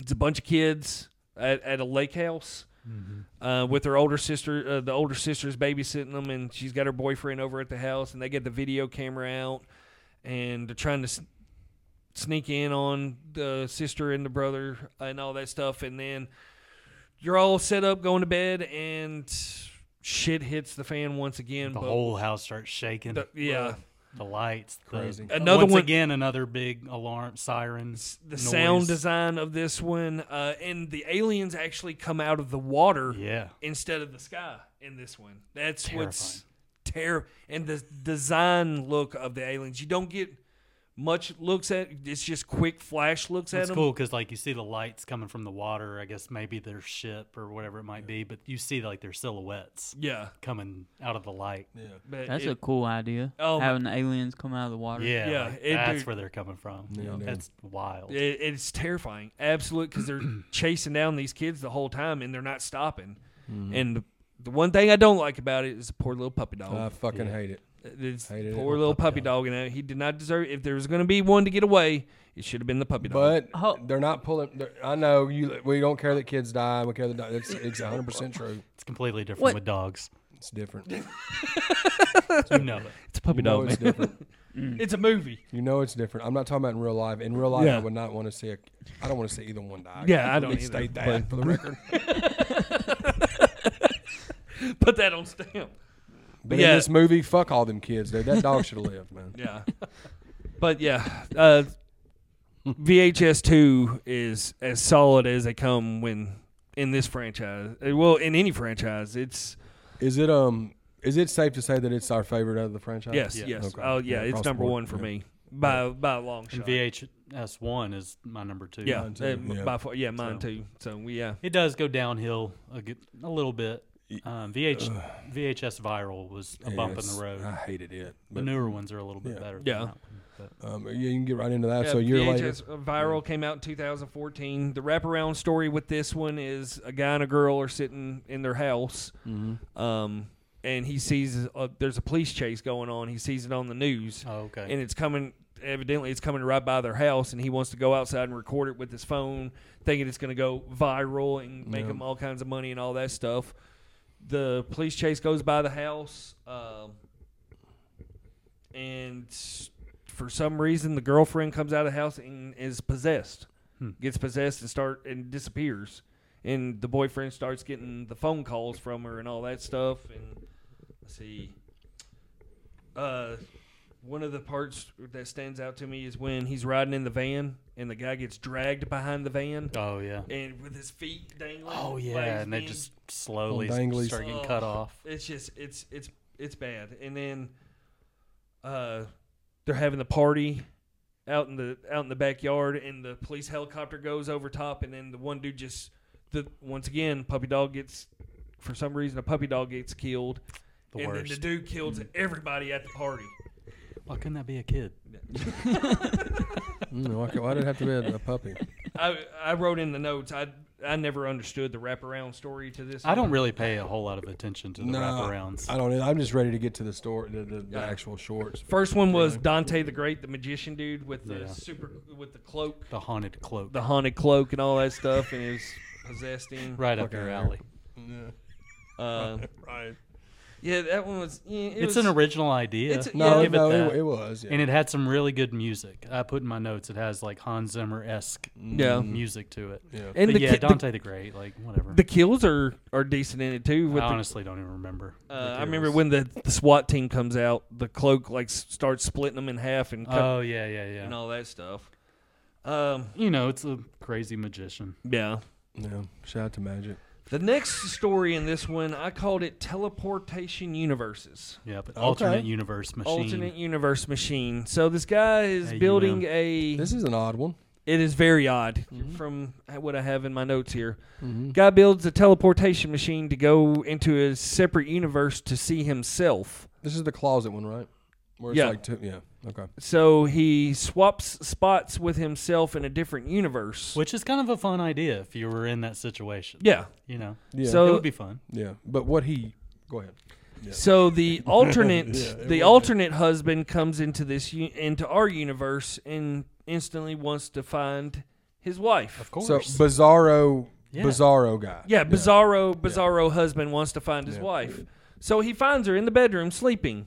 [SPEAKER 2] it's a bunch of kids at, at a lake house.
[SPEAKER 1] Mm-hmm.
[SPEAKER 2] Uh, with their older sister, uh, the older sister's babysitting them, and she's got her boyfriend over at the house, and they get the video camera out, and they're trying to s- sneak in on the sister and the brother and all that stuff and then you're all set up going to bed and shit hits the fan once again
[SPEAKER 4] the
[SPEAKER 2] but-
[SPEAKER 4] whole house starts shaking.
[SPEAKER 2] the- yeah
[SPEAKER 4] the lights, the-
[SPEAKER 1] Crazy.
[SPEAKER 2] Another
[SPEAKER 4] once
[SPEAKER 2] one-
[SPEAKER 4] again, another big alarm sirens.
[SPEAKER 2] the sound
[SPEAKER 4] noise.
[SPEAKER 2] design of this one uh, and the aliens actually come out of the water
[SPEAKER 4] Yeah,
[SPEAKER 2] instead of the sky in this one that's what's terrible and the design look of the aliens you don't get much looks at it's just quick flash looks at
[SPEAKER 4] it's
[SPEAKER 2] them
[SPEAKER 4] cool because like you see the lights coming from the water. I guess maybe their ship or whatever it might be, but you see like their silhouettes
[SPEAKER 2] yeah
[SPEAKER 4] coming out of the light.
[SPEAKER 1] yeah.
[SPEAKER 2] but
[SPEAKER 3] That's
[SPEAKER 2] it-
[SPEAKER 3] a cool idea.
[SPEAKER 2] Oh, my-
[SPEAKER 3] having the aliens come out of the water.
[SPEAKER 4] Yeah,
[SPEAKER 2] Yeah,
[SPEAKER 4] like,
[SPEAKER 2] it-
[SPEAKER 4] that's
[SPEAKER 2] dude.
[SPEAKER 4] where they're coming from.
[SPEAKER 1] Yeah, I know.
[SPEAKER 4] that's wild.
[SPEAKER 2] It, it's terrifying, absolute, because they're chasing down these kids the whole time and they're not stopping.
[SPEAKER 3] Mm-hmm.
[SPEAKER 2] And the, the one thing I don't like about it is the poor little puppy dog.
[SPEAKER 1] I fucking hate it.
[SPEAKER 2] It's
[SPEAKER 1] hated it.
[SPEAKER 2] poor little puppy dog, and he did not deserve. If there was going to be one to get away, it should have been the puppy dog.
[SPEAKER 1] But
[SPEAKER 3] Ho-
[SPEAKER 1] they're not pulling. They're, I know you. We don't care that kids die. We care that die. It's, it's 100 percent true.
[SPEAKER 4] It's completely different
[SPEAKER 3] What-
[SPEAKER 4] with dogs.
[SPEAKER 1] It's different.
[SPEAKER 4] You know it.
[SPEAKER 2] it's a puppy
[SPEAKER 1] You know it's different.
[SPEAKER 2] It's a movie.
[SPEAKER 1] You know it's different. I'm not talking about in real life. In real life,
[SPEAKER 2] Yeah.
[SPEAKER 1] I would not want to see a. I don't want to see either one die.
[SPEAKER 2] Yeah, I
[SPEAKER 1] Let
[SPEAKER 2] don't
[SPEAKER 1] me
[SPEAKER 2] either,
[SPEAKER 1] State that
[SPEAKER 2] but-
[SPEAKER 1] for the record.
[SPEAKER 2] Put that on stamp.
[SPEAKER 1] But
[SPEAKER 2] yeah.
[SPEAKER 1] in this movie, fuck all them kids, dude. That dog should have lived, man.
[SPEAKER 2] Yeah. but yeah, uh, VHS two is as solid as they come when in this franchise. Uh, Well, in any franchise, it's
[SPEAKER 1] Is it um? Is it safe to say that it's our favorite out of the franchise?
[SPEAKER 2] yes,
[SPEAKER 4] yeah.
[SPEAKER 2] yes.
[SPEAKER 1] Okay.
[SPEAKER 2] Oh yeah,
[SPEAKER 1] Uh, Yeah, across
[SPEAKER 2] it's
[SPEAKER 1] the
[SPEAKER 2] number
[SPEAKER 1] board,
[SPEAKER 2] one for
[SPEAKER 1] yeah.
[SPEAKER 2] me by by a long
[SPEAKER 4] And
[SPEAKER 2] shot.
[SPEAKER 4] VHS one is my number two.
[SPEAKER 2] yeah,
[SPEAKER 1] Mine
[SPEAKER 2] mine
[SPEAKER 1] too, yeah.
[SPEAKER 2] by far, yeah, mine
[SPEAKER 4] So-
[SPEAKER 2] too. So we yeah,
[SPEAKER 4] It does go downhill a, good, a little bit. Um, VH, VHS viral was a bump in
[SPEAKER 1] Yes.
[SPEAKER 4] the road.
[SPEAKER 1] I hated it.
[SPEAKER 4] the
[SPEAKER 1] But,
[SPEAKER 4] newer ones are a little bit
[SPEAKER 1] yeah.
[SPEAKER 4] better. than
[SPEAKER 2] Yeah.
[SPEAKER 4] that one, but-
[SPEAKER 1] um, yeah, you can get right into that.
[SPEAKER 2] yeah
[SPEAKER 1] so you're
[SPEAKER 2] VHS
[SPEAKER 1] later.
[SPEAKER 2] uh, viral came out in 2014. The wraparound story with this one is a guy and a girl are sitting in their house.
[SPEAKER 1] Mhm.
[SPEAKER 2] um, and he sees uh there's a police chase going on. He sees it on the news,
[SPEAKER 4] Oh, okay.
[SPEAKER 2] and it's coming. Evidently, it's coming right by their house, and he wants to go outside and record it with his phone, thinking it's going to go viral and make
[SPEAKER 1] Yeah.
[SPEAKER 2] him all kinds of money and all that stuff. The police chase goes by the house, um, and s- for some reason, the girlfriend comes out of the house and is possessed,
[SPEAKER 4] Hmm.
[SPEAKER 2] gets possessed and start and disappears and the boyfriend starts getting the phone calls from her and all that stuff and let's see uh one of the parts that stands out to me is when he's riding in the van and the guy gets dragged behind the van
[SPEAKER 4] oh yeah.
[SPEAKER 2] and with his feet dangling
[SPEAKER 4] Oh
[SPEAKER 2] legs
[SPEAKER 4] yeah, and they
[SPEAKER 2] being-
[SPEAKER 4] just slowly
[SPEAKER 1] Little danglies.
[SPEAKER 4] start getting cut
[SPEAKER 2] Oh.
[SPEAKER 4] off.
[SPEAKER 2] it's just it's it's it's bad and then uh they're having the party out in the out in the backyard and the police helicopter goes over top and then the one dude just the once again puppy dog gets for some reason a puppy dog gets killed
[SPEAKER 4] The
[SPEAKER 2] and
[SPEAKER 4] worst. Mm.
[SPEAKER 2] then the dude kills everybody at the party
[SPEAKER 4] Why couldn't that be a kid?
[SPEAKER 1] Mm, why, why did it have to be a, a puppy?
[SPEAKER 2] i i wrote in the notes i i never understood the wraparound story to this
[SPEAKER 4] I don't really pay a whole lot of attention to the
[SPEAKER 1] No,
[SPEAKER 4] wraparounds.
[SPEAKER 1] I don't. know. I'm just ready to get to the store, the, the, the
[SPEAKER 2] Yeah.
[SPEAKER 1] actual shorts.
[SPEAKER 2] first one was dante the great the magician dude with the
[SPEAKER 4] Yeah.
[SPEAKER 2] super with the cloak
[SPEAKER 4] the haunted cloak.
[SPEAKER 2] the haunted cloak and all that stuff and is possessed him.
[SPEAKER 4] right up
[SPEAKER 1] Fucking
[SPEAKER 4] your
[SPEAKER 1] hell.
[SPEAKER 4] alley.
[SPEAKER 2] Uh,
[SPEAKER 1] Right.
[SPEAKER 2] yeah, that one was. Yeah, it
[SPEAKER 4] It's
[SPEAKER 2] was,
[SPEAKER 4] an original idea.
[SPEAKER 2] It's a-
[SPEAKER 1] No,
[SPEAKER 2] Yeah,
[SPEAKER 4] give it
[SPEAKER 1] no, it,
[SPEAKER 4] that.
[SPEAKER 1] it was. Yeah.
[SPEAKER 4] And it had some really good music. I put in my notes. It has like Hans Zimmer esque
[SPEAKER 2] Yeah.
[SPEAKER 1] Mm.
[SPEAKER 4] music to it.
[SPEAKER 1] yeah.
[SPEAKER 2] And
[SPEAKER 4] but
[SPEAKER 2] the,
[SPEAKER 4] yeah,
[SPEAKER 2] ki-
[SPEAKER 4] Dante the, Great, like whatever.
[SPEAKER 2] the, the kills are, are decent in it too.
[SPEAKER 4] I
[SPEAKER 2] With the,
[SPEAKER 4] honestly don't even remember. the
[SPEAKER 2] uh, I remember
[SPEAKER 4] kills.
[SPEAKER 2] when the, the SWAT team comes out, the cloak like s- starts splitting them in half and cut,
[SPEAKER 4] Oh yeah, yeah, yeah.
[SPEAKER 2] and all that stuff. Um,
[SPEAKER 4] You know, it's a crazy magician.
[SPEAKER 2] yeah.
[SPEAKER 1] yeah. Shout out to Magic.
[SPEAKER 2] The next story in this one, I called it teleportation universes.
[SPEAKER 4] Yeah, but
[SPEAKER 1] Okay.
[SPEAKER 4] alternate universe machine.
[SPEAKER 2] Alternate universe machine. So this guy is
[SPEAKER 4] Hey, you
[SPEAKER 2] building
[SPEAKER 4] know.
[SPEAKER 2] a.
[SPEAKER 1] This is an odd one.
[SPEAKER 2] It is very odd
[SPEAKER 4] Mm-hmm.
[SPEAKER 2] from what I have in my notes here. Guy builds a teleportation machine to go into a separate universe to see himself.
[SPEAKER 1] This is the closet one, right? Where it's
[SPEAKER 2] Yeah.
[SPEAKER 1] like two, yeah. Okay.
[SPEAKER 2] So he swaps spots with himself in a different universe.
[SPEAKER 4] Which is kind of a fun idea if you were in that situation.
[SPEAKER 2] yeah.
[SPEAKER 4] You know,
[SPEAKER 1] Yeah.
[SPEAKER 2] So-
[SPEAKER 4] it would be fun.
[SPEAKER 1] yeah. But what he? Go ahead.
[SPEAKER 2] So the alternate
[SPEAKER 1] Yeah, it would be.
[SPEAKER 2] the alternate husband comes into this u- into our universe and instantly wants to find his wife.
[SPEAKER 4] Of course.
[SPEAKER 1] So Bizarro,
[SPEAKER 4] Yeah.
[SPEAKER 1] Bizarro guy.
[SPEAKER 2] Yeah, bizarro bizarro husband wants to find his
[SPEAKER 1] Yeah.
[SPEAKER 2] wife. So he finds her in the bedroom sleeping.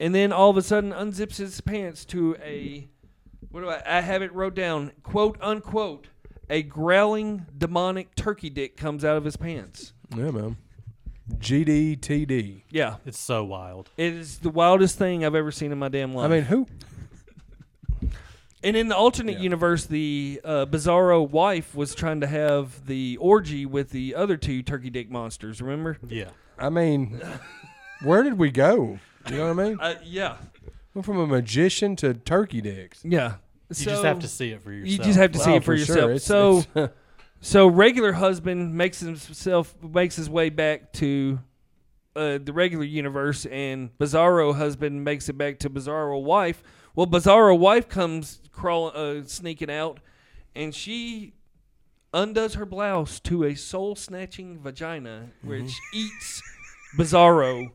[SPEAKER 2] And then all of a sudden unzips his pants to a what do I I have it wrote down, quote unquote, a growling demonic turkey dick comes out of his pants.
[SPEAKER 1] Yeah, man. GDTD.
[SPEAKER 2] Yeah.
[SPEAKER 4] it's so wild.
[SPEAKER 2] It is the wildest thing I've ever seen in my damn life.
[SPEAKER 1] I mean, who?
[SPEAKER 2] and in the alternate
[SPEAKER 1] Yeah.
[SPEAKER 2] universe, the uh, Bizarro wife was trying to have the orgy with the other two turkey dick monsters. Remember?
[SPEAKER 4] Yeah.
[SPEAKER 1] I mean, where did we go? You know what I mean?
[SPEAKER 2] Uh, yeah,
[SPEAKER 1] Went from a magician to turkey dicks.
[SPEAKER 2] yeah.
[SPEAKER 4] You just have to see it for yourself.
[SPEAKER 2] You just have to see
[SPEAKER 1] Wow,
[SPEAKER 2] it for,
[SPEAKER 1] for sure.
[SPEAKER 2] yourself.
[SPEAKER 1] It's-
[SPEAKER 2] so,
[SPEAKER 1] it's-
[SPEAKER 2] so regular husband makes himself makes his way back to uh, the regular universe, and Bizarro husband makes it back to Bizarro wife. Well, Bizarro wife comes crawling, uh, sneaking out, and she undoes her blouse to a soul snatching vagina,
[SPEAKER 1] Mm-hmm.
[SPEAKER 2] which eats Bizarro.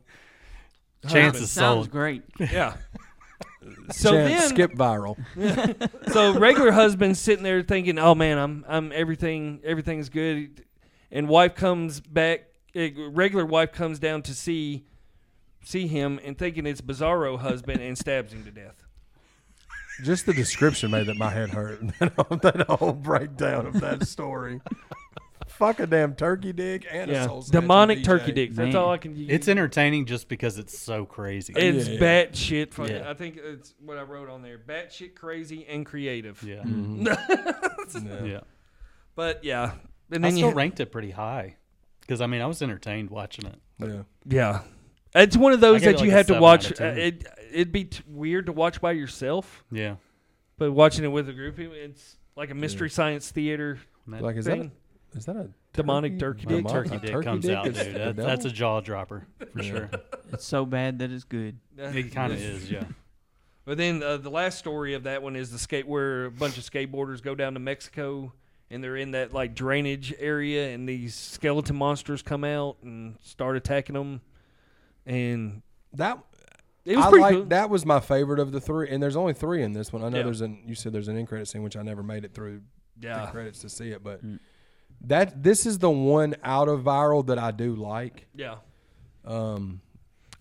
[SPEAKER 4] Chances
[SPEAKER 3] Sounds
[SPEAKER 4] sold.
[SPEAKER 3] great.
[SPEAKER 2] Yeah. So
[SPEAKER 1] Chance
[SPEAKER 2] then,
[SPEAKER 1] skip viral.
[SPEAKER 2] so regular husband's sitting there thinking, "Oh man, I'm I'm everything everything's good," and wife comes back. eh, Regular wife comes down to see see him and thinking it's Bizarro husband and stabs him to death.
[SPEAKER 1] Just the description made that my head hurt. that, whole, that whole breakdown of that story. Fuck a damn turkey dick and a
[SPEAKER 2] Yeah,
[SPEAKER 1] soul snatching
[SPEAKER 2] demonic
[SPEAKER 1] DJ.
[SPEAKER 2] turkey dicks. That's
[SPEAKER 3] Man.
[SPEAKER 2] all I can. Use.
[SPEAKER 4] It's entertaining just because it's so crazy.
[SPEAKER 2] It's
[SPEAKER 1] Yeah.
[SPEAKER 2] bat shit. Fucking,
[SPEAKER 4] Yeah.
[SPEAKER 2] I think it's what I wrote on there. Bat shit crazy and creative.
[SPEAKER 4] yeah,
[SPEAKER 1] Yeah.
[SPEAKER 4] yeah.
[SPEAKER 2] But yeah, and
[SPEAKER 4] I
[SPEAKER 2] then
[SPEAKER 4] still
[SPEAKER 2] you
[SPEAKER 4] ranked it pretty high because I mean I was entertained watching it.
[SPEAKER 1] yeah.
[SPEAKER 2] yeah, it's one of those
[SPEAKER 4] I gave
[SPEAKER 2] that
[SPEAKER 4] it
[SPEAKER 2] you
[SPEAKER 4] like a
[SPEAKER 2] have to
[SPEAKER 4] seven
[SPEAKER 2] watch.
[SPEAKER 4] out of
[SPEAKER 2] uh,
[SPEAKER 4] 10.
[SPEAKER 2] It it'd be t- weird to watch by yourself,
[SPEAKER 4] Yeah,
[SPEAKER 2] but watching it with a group, it- it's like a mystery science theater
[SPEAKER 4] And that
[SPEAKER 1] Like is
[SPEAKER 2] thing.
[SPEAKER 1] that a, is that a
[SPEAKER 2] Demonic turkey
[SPEAKER 4] big
[SPEAKER 2] dick.
[SPEAKER 1] Demonic
[SPEAKER 4] turkey dick comes out,
[SPEAKER 1] is
[SPEAKER 4] dude.
[SPEAKER 1] the
[SPEAKER 4] That,
[SPEAKER 1] devil?
[SPEAKER 4] that's a jaw dropper for sure.
[SPEAKER 3] It's so bad that it's good.
[SPEAKER 4] It kind of is, yeah.
[SPEAKER 2] But then uh, the last story of that one is the skate where a bunch of skateboarders go down to Mexico and they're in that like drainage area and these skeleton monsters come out and start attacking them. And
[SPEAKER 1] that.
[SPEAKER 2] it was
[SPEAKER 1] I
[SPEAKER 2] pretty
[SPEAKER 1] like
[SPEAKER 2] cool.
[SPEAKER 1] that was my favorite of the three, and there's only three in this one. I know
[SPEAKER 2] Yeah.
[SPEAKER 1] there's an you said there's an end credit scene which I never made it through the
[SPEAKER 2] Yeah. Mm.
[SPEAKER 1] credits to see it, but that this is the one out of viral that I do like.
[SPEAKER 2] Yeah.
[SPEAKER 1] Um,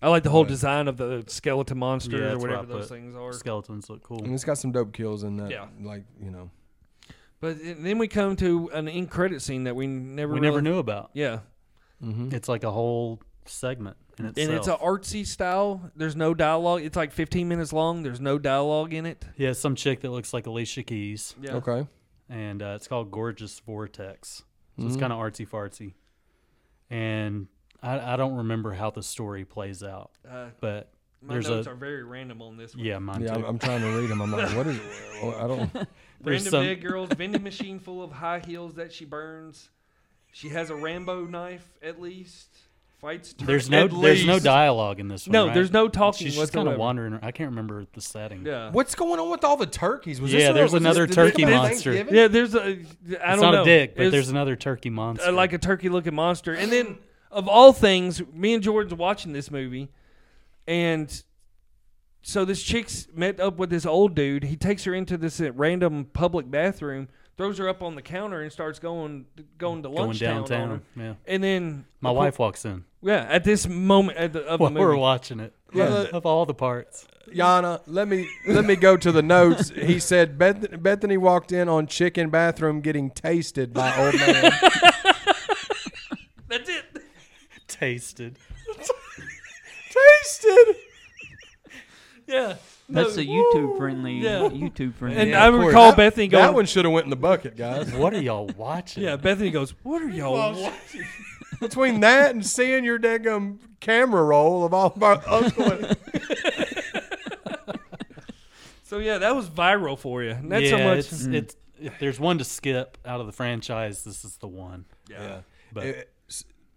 [SPEAKER 2] I like the whole design of the skeleton monsters
[SPEAKER 4] Yeah,
[SPEAKER 2] or
[SPEAKER 4] that's what I
[SPEAKER 2] whatever those
[SPEAKER 4] put.
[SPEAKER 2] things are.
[SPEAKER 4] Skeletons look cool.
[SPEAKER 1] and it's got some dope kills in that.
[SPEAKER 2] Yeah.
[SPEAKER 1] like you know,
[SPEAKER 2] But and then we come to an end credit scene that we never
[SPEAKER 4] we never
[SPEAKER 2] really-
[SPEAKER 4] knew about.
[SPEAKER 2] Yeah.
[SPEAKER 4] It's like a whole segment in itself.
[SPEAKER 2] And it's an artsy style. There's no dialogue. It's like 15 minutes long. There's no dialogue in it.
[SPEAKER 4] yeah, some chick that looks like Alicia Keys,
[SPEAKER 2] Yeah.
[SPEAKER 1] okay,
[SPEAKER 4] and uh, it's called Gorgeous Vortex. So
[SPEAKER 1] Mm-hmm.
[SPEAKER 4] it's kind of artsy fartsy, and I, I don't remember how the story plays out,
[SPEAKER 2] Uh,
[SPEAKER 4] but
[SPEAKER 2] my
[SPEAKER 4] there's
[SPEAKER 2] notes
[SPEAKER 4] a
[SPEAKER 2] are very random on this one.
[SPEAKER 4] yeah, mine
[SPEAKER 1] yeah,
[SPEAKER 4] too.
[SPEAKER 1] I'm, I'm trying to read them. I'm like, what is? Well, I don't.
[SPEAKER 4] There's
[SPEAKER 2] Random
[SPEAKER 4] some-
[SPEAKER 2] dead girls, vending machine full of high heels that she burns. She has a Rambo knife at least. Fights. tur-
[SPEAKER 4] there's no
[SPEAKER 2] at
[SPEAKER 4] there's no
[SPEAKER 2] least.
[SPEAKER 4] dialogue in this one.
[SPEAKER 2] No,
[SPEAKER 4] right?
[SPEAKER 2] there's no talking.
[SPEAKER 4] She's just kind of
[SPEAKER 2] whatsoever.
[SPEAKER 4] wandering. I can't remember the setting.
[SPEAKER 2] Yeah.
[SPEAKER 1] What's going on with all the turkeys? Was this
[SPEAKER 4] Yeah,
[SPEAKER 1] was
[SPEAKER 4] there's
[SPEAKER 1] this-
[SPEAKER 4] another
[SPEAKER 1] did this
[SPEAKER 4] turkey
[SPEAKER 1] come out
[SPEAKER 4] monster.
[SPEAKER 1] Thanksgiving?
[SPEAKER 2] Yeah, there's a. I
[SPEAKER 4] It's
[SPEAKER 2] don't
[SPEAKER 4] not
[SPEAKER 2] know.
[SPEAKER 4] a dick, but
[SPEAKER 2] It's,
[SPEAKER 4] there's another turkey monster.
[SPEAKER 2] uh, like a turkey looking monster. And then of all things, me and Jordan's watching this movie, and so this chick's met up with this old dude. He takes her into this uh, random public bathroom, throws her up on the counter, and starts going going to
[SPEAKER 4] going
[SPEAKER 2] lunch
[SPEAKER 4] downtown.
[SPEAKER 2] on her.
[SPEAKER 4] Yeah,
[SPEAKER 2] And then
[SPEAKER 4] my wife walks in
[SPEAKER 2] Yeah, at this moment at the, of
[SPEAKER 4] while
[SPEAKER 2] the
[SPEAKER 4] we're
[SPEAKER 2] movie.
[SPEAKER 4] watching it.
[SPEAKER 1] Yeah.
[SPEAKER 4] of all the parts.
[SPEAKER 1] Yana, let me let me go to the notes. He said Beth- Bethany walked in on chicken bathroom getting tasted by old man.
[SPEAKER 2] That's it.
[SPEAKER 4] Tasted.
[SPEAKER 1] tasted.
[SPEAKER 2] Yeah.
[SPEAKER 3] That's a YouTube friendly.
[SPEAKER 2] Yeah.
[SPEAKER 3] YouTube friendly.
[SPEAKER 2] And
[SPEAKER 4] Yeah,
[SPEAKER 2] I
[SPEAKER 4] of course.
[SPEAKER 2] recall Bethany going.
[SPEAKER 1] That one should have went in the bucket, guys.
[SPEAKER 4] What are y'all watching?
[SPEAKER 2] Yeah, Bethany goes. What are y'all? wa-"
[SPEAKER 1] Between that and seeing your daggum camera roll of all of our us going,
[SPEAKER 2] So yeah, that was viral for you. Not so
[SPEAKER 4] Yeah,
[SPEAKER 2] much.
[SPEAKER 4] It's, it's if there's one to skip out of the franchise, this is the one.
[SPEAKER 1] yeah.
[SPEAKER 4] But
[SPEAKER 1] It-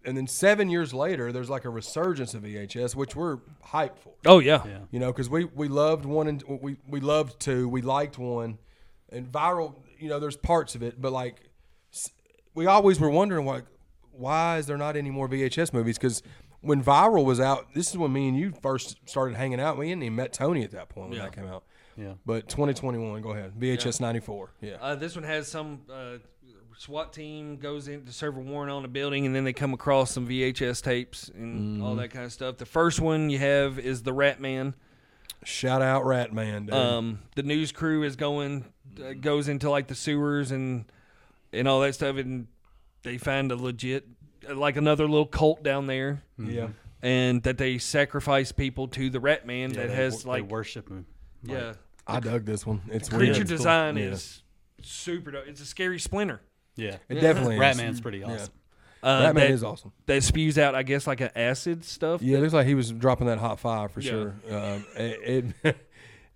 [SPEAKER 1] and then seven years later, there's like a resurgence of VHS, which we're hyped for.
[SPEAKER 2] oh yeah.
[SPEAKER 4] yeah,
[SPEAKER 1] You know, because we we loved one and we we loved two, we liked one, and viral. You know, there's parts of it, but like s- we always were wondering like why is there not any more VHS movies? Because when viral was out, this is when me and you first started hanging out. We hadn't even met Tony at that point when that came out.
[SPEAKER 4] yeah.
[SPEAKER 1] But 2021, go ahead. VHS 94. Yeah.
[SPEAKER 2] Uh, this one has some uh, SWAT team goes in to serve a warrant on a building, and then they come across some VHS tapes and all that kind of stuff. The first one you have is the Rat Man.
[SPEAKER 1] Shout out Rat Man. Dude.
[SPEAKER 2] Um, the news crew is going uh, goes into like the sewers and and all that stuff, and they find a legit uh, like another little cult down there,
[SPEAKER 1] yeah.
[SPEAKER 2] and that they sacrifice people to the Rat Man that
[SPEAKER 4] They
[SPEAKER 2] has
[SPEAKER 4] wor- they
[SPEAKER 2] like
[SPEAKER 4] worship him.
[SPEAKER 2] yeah
[SPEAKER 1] I dug this one. It's weird.
[SPEAKER 2] creature
[SPEAKER 4] it's cool.
[SPEAKER 2] design
[SPEAKER 1] Yeah.
[SPEAKER 2] is super dope. It's a scary splinter.
[SPEAKER 4] Yeah,
[SPEAKER 1] It definitely is.
[SPEAKER 4] Ratman's pretty awesome.
[SPEAKER 2] Uh,
[SPEAKER 1] Rat Man
[SPEAKER 2] that-
[SPEAKER 1] is awesome.
[SPEAKER 2] that spews out, I guess, like an acid stuff.
[SPEAKER 1] Yeah, it looks like he was dropping that hot five for sure. Um, it, it,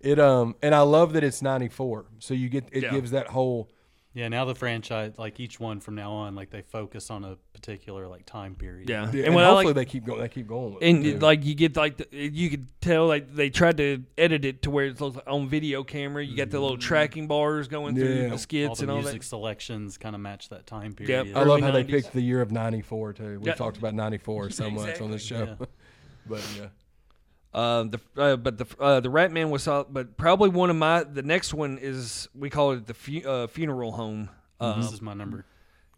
[SPEAKER 1] it, um, and I love that it's ninety four. So you get it
[SPEAKER 2] Yeah.
[SPEAKER 1] gives that whole
[SPEAKER 4] Yeah. now the franchise, like each one from now on, like they focus on a particular like time period.
[SPEAKER 2] Yeah,
[SPEAKER 1] and,
[SPEAKER 2] and, what I
[SPEAKER 1] hopefully
[SPEAKER 2] like,
[SPEAKER 1] they keep going. They keep going. With
[SPEAKER 2] and
[SPEAKER 1] it, too.
[SPEAKER 2] like you get like the, you could tell like they tried to edit it to where it's like on video camera. You got the little tracking bars going
[SPEAKER 1] Mm. Yeah.
[SPEAKER 2] through the
[SPEAKER 4] all
[SPEAKER 2] skits
[SPEAKER 4] the
[SPEAKER 2] and all
[SPEAKER 4] music
[SPEAKER 2] that. Oh,
[SPEAKER 4] selections kind of match that time period.
[SPEAKER 1] I love
[SPEAKER 2] early
[SPEAKER 1] how they
[SPEAKER 2] 90s.
[SPEAKER 1] picked the year of ninety four too. We've
[SPEAKER 2] Yeah.
[SPEAKER 1] talked about ninety four so much on this show,
[SPEAKER 4] Exactly.
[SPEAKER 1] but yeah,
[SPEAKER 2] Uh, the uh, but the uh, the Rat Man was solid, but probably one of
[SPEAKER 1] Mm,
[SPEAKER 2] my the next one is we call it the fu- uh, funeral home. Uh,
[SPEAKER 4] this is my number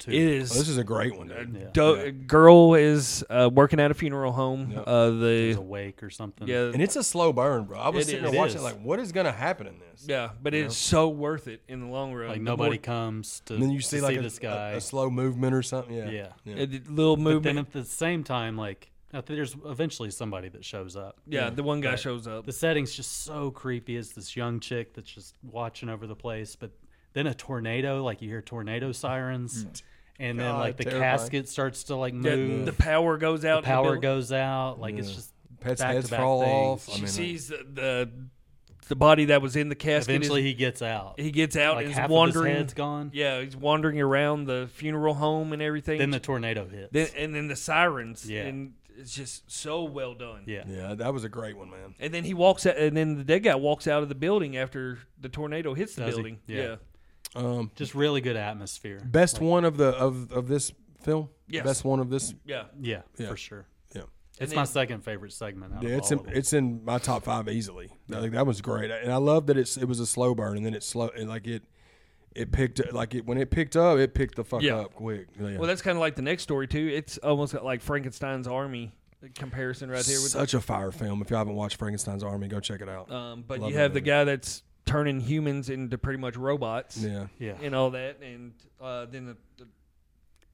[SPEAKER 4] too.
[SPEAKER 2] It is.
[SPEAKER 1] Oh, this is a great one. dude.
[SPEAKER 4] Yeah.
[SPEAKER 2] do- Girl is uh, working at a funeral home.
[SPEAKER 1] Yep.
[SPEAKER 2] Uh,
[SPEAKER 4] He's
[SPEAKER 2] the
[SPEAKER 4] awake or something.
[SPEAKER 2] yeah,
[SPEAKER 1] And it's a slow burn, bro. I was
[SPEAKER 2] It
[SPEAKER 1] sitting
[SPEAKER 2] is.
[SPEAKER 1] there
[SPEAKER 4] It
[SPEAKER 1] watching,
[SPEAKER 4] is.
[SPEAKER 1] like, what is going to happen in this?
[SPEAKER 2] yeah, but it's so worth it in the long run.
[SPEAKER 4] Like
[SPEAKER 2] The
[SPEAKER 4] nobody
[SPEAKER 2] more-
[SPEAKER 4] comes to,
[SPEAKER 1] And then you see
[SPEAKER 4] to
[SPEAKER 1] like a,
[SPEAKER 4] this
[SPEAKER 1] a-
[SPEAKER 4] guy.
[SPEAKER 1] a slow movement or something. Yeah.
[SPEAKER 4] Yeah.
[SPEAKER 2] uh, the little
[SPEAKER 4] but then
[SPEAKER 2] movement.
[SPEAKER 4] at the same time, like I think there's eventually somebody that shows up.
[SPEAKER 2] Yeah, the one guy
[SPEAKER 4] But
[SPEAKER 2] shows up.
[SPEAKER 4] The setting's just so creepy. It's this young chick that's just watching over the place, but then a tornado, like you hear tornado sirens, and then
[SPEAKER 1] God,
[SPEAKER 4] like the
[SPEAKER 1] terrifying.
[SPEAKER 4] casket starts to like
[SPEAKER 2] Yeah,
[SPEAKER 4] move.
[SPEAKER 2] Mm. The power goes
[SPEAKER 4] The
[SPEAKER 2] out. in the
[SPEAKER 4] power
[SPEAKER 2] building.
[SPEAKER 4] goes out. Like it's
[SPEAKER 1] Yeah.
[SPEAKER 4] just
[SPEAKER 1] Pets'
[SPEAKER 4] back to
[SPEAKER 1] heads
[SPEAKER 4] back
[SPEAKER 1] fall off.
[SPEAKER 4] things.
[SPEAKER 1] I
[SPEAKER 2] She
[SPEAKER 1] mean,
[SPEAKER 2] sees the, the the body that was in the casket. is-
[SPEAKER 4] Eventually, he gets out.
[SPEAKER 2] he gets out
[SPEAKER 4] like
[SPEAKER 2] and
[SPEAKER 4] half
[SPEAKER 2] is
[SPEAKER 4] of his
[SPEAKER 2] wandering.
[SPEAKER 4] head's gone.
[SPEAKER 2] Yeah, he's wandering around the funeral home and everything.
[SPEAKER 4] Then the tornado hits.
[SPEAKER 2] Then- and then the sirens.
[SPEAKER 4] Yeah.
[SPEAKER 2] and it's just so well done.
[SPEAKER 4] yeah.
[SPEAKER 1] yeah, that was a great one, man.
[SPEAKER 2] And then he walks out, and then the dead guy walks out of the building after the tornado hits the
[SPEAKER 4] Does he?
[SPEAKER 2] building.
[SPEAKER 4] Yeah.
[SPEAKER 2] Yeah.
[SPEAKER 1] Um,
[SPEAKER 4] Just really good atmosphere.
[SPEAKER 1] best one of the of of this film.
[SPEAKER 2] Yes.
[SPEAKER 1] Best one of this.
[SPEAKER 2] yeah,
[SPEAKER 4] Yeah,
[SPEAKER 1] Yeah.
[SPEAKER 4] for sure.
[SPEAKER 1] Yeah.
[SPEAKER 4] It's
[SPEAKER 2] then-
[SPEAKER 4] my second favorite segment. Out
[SPEAKER 1] Yeah,
[SPEAKER 4] of
[SPEAKER 1] it's
[SPEAKER 4] all
[SPEAKER 1] in,
[SPEAKER 4] of them.
[SPEAKER 1] it's in my top five easily. I think that was great, and I love that it's it was a slow burn, and then it slow and like it it picked like it when it picked up, it picked the fuck
[SPEAKER 2] Yeah.
[SPEAKER 1] up quick. Yeah.
[SPEAKER 2] Well, that's kind of like the next story too. It's almost got like Frankenstein's Army comparison right here. With
[SPEAKER 1] such a fire film. If you haven't watched Frankenstein's Army, go check it out.
[SPEAKER 4] Uh,
[SPEAKER 2] um, but
[SPEAKER 1] Love
[SPEAKER 2] you
[SPEAKER 1] that
[SPEAKER 2] have the
[SPEAKER 1] movie.
[SPEAKER 2] guy that's turning humans into pretty much robots
[SPEAKER 1] yeah,
[SPEAKER 4] yeah.
[SPEAKER 2] and all that, and uh, then the, the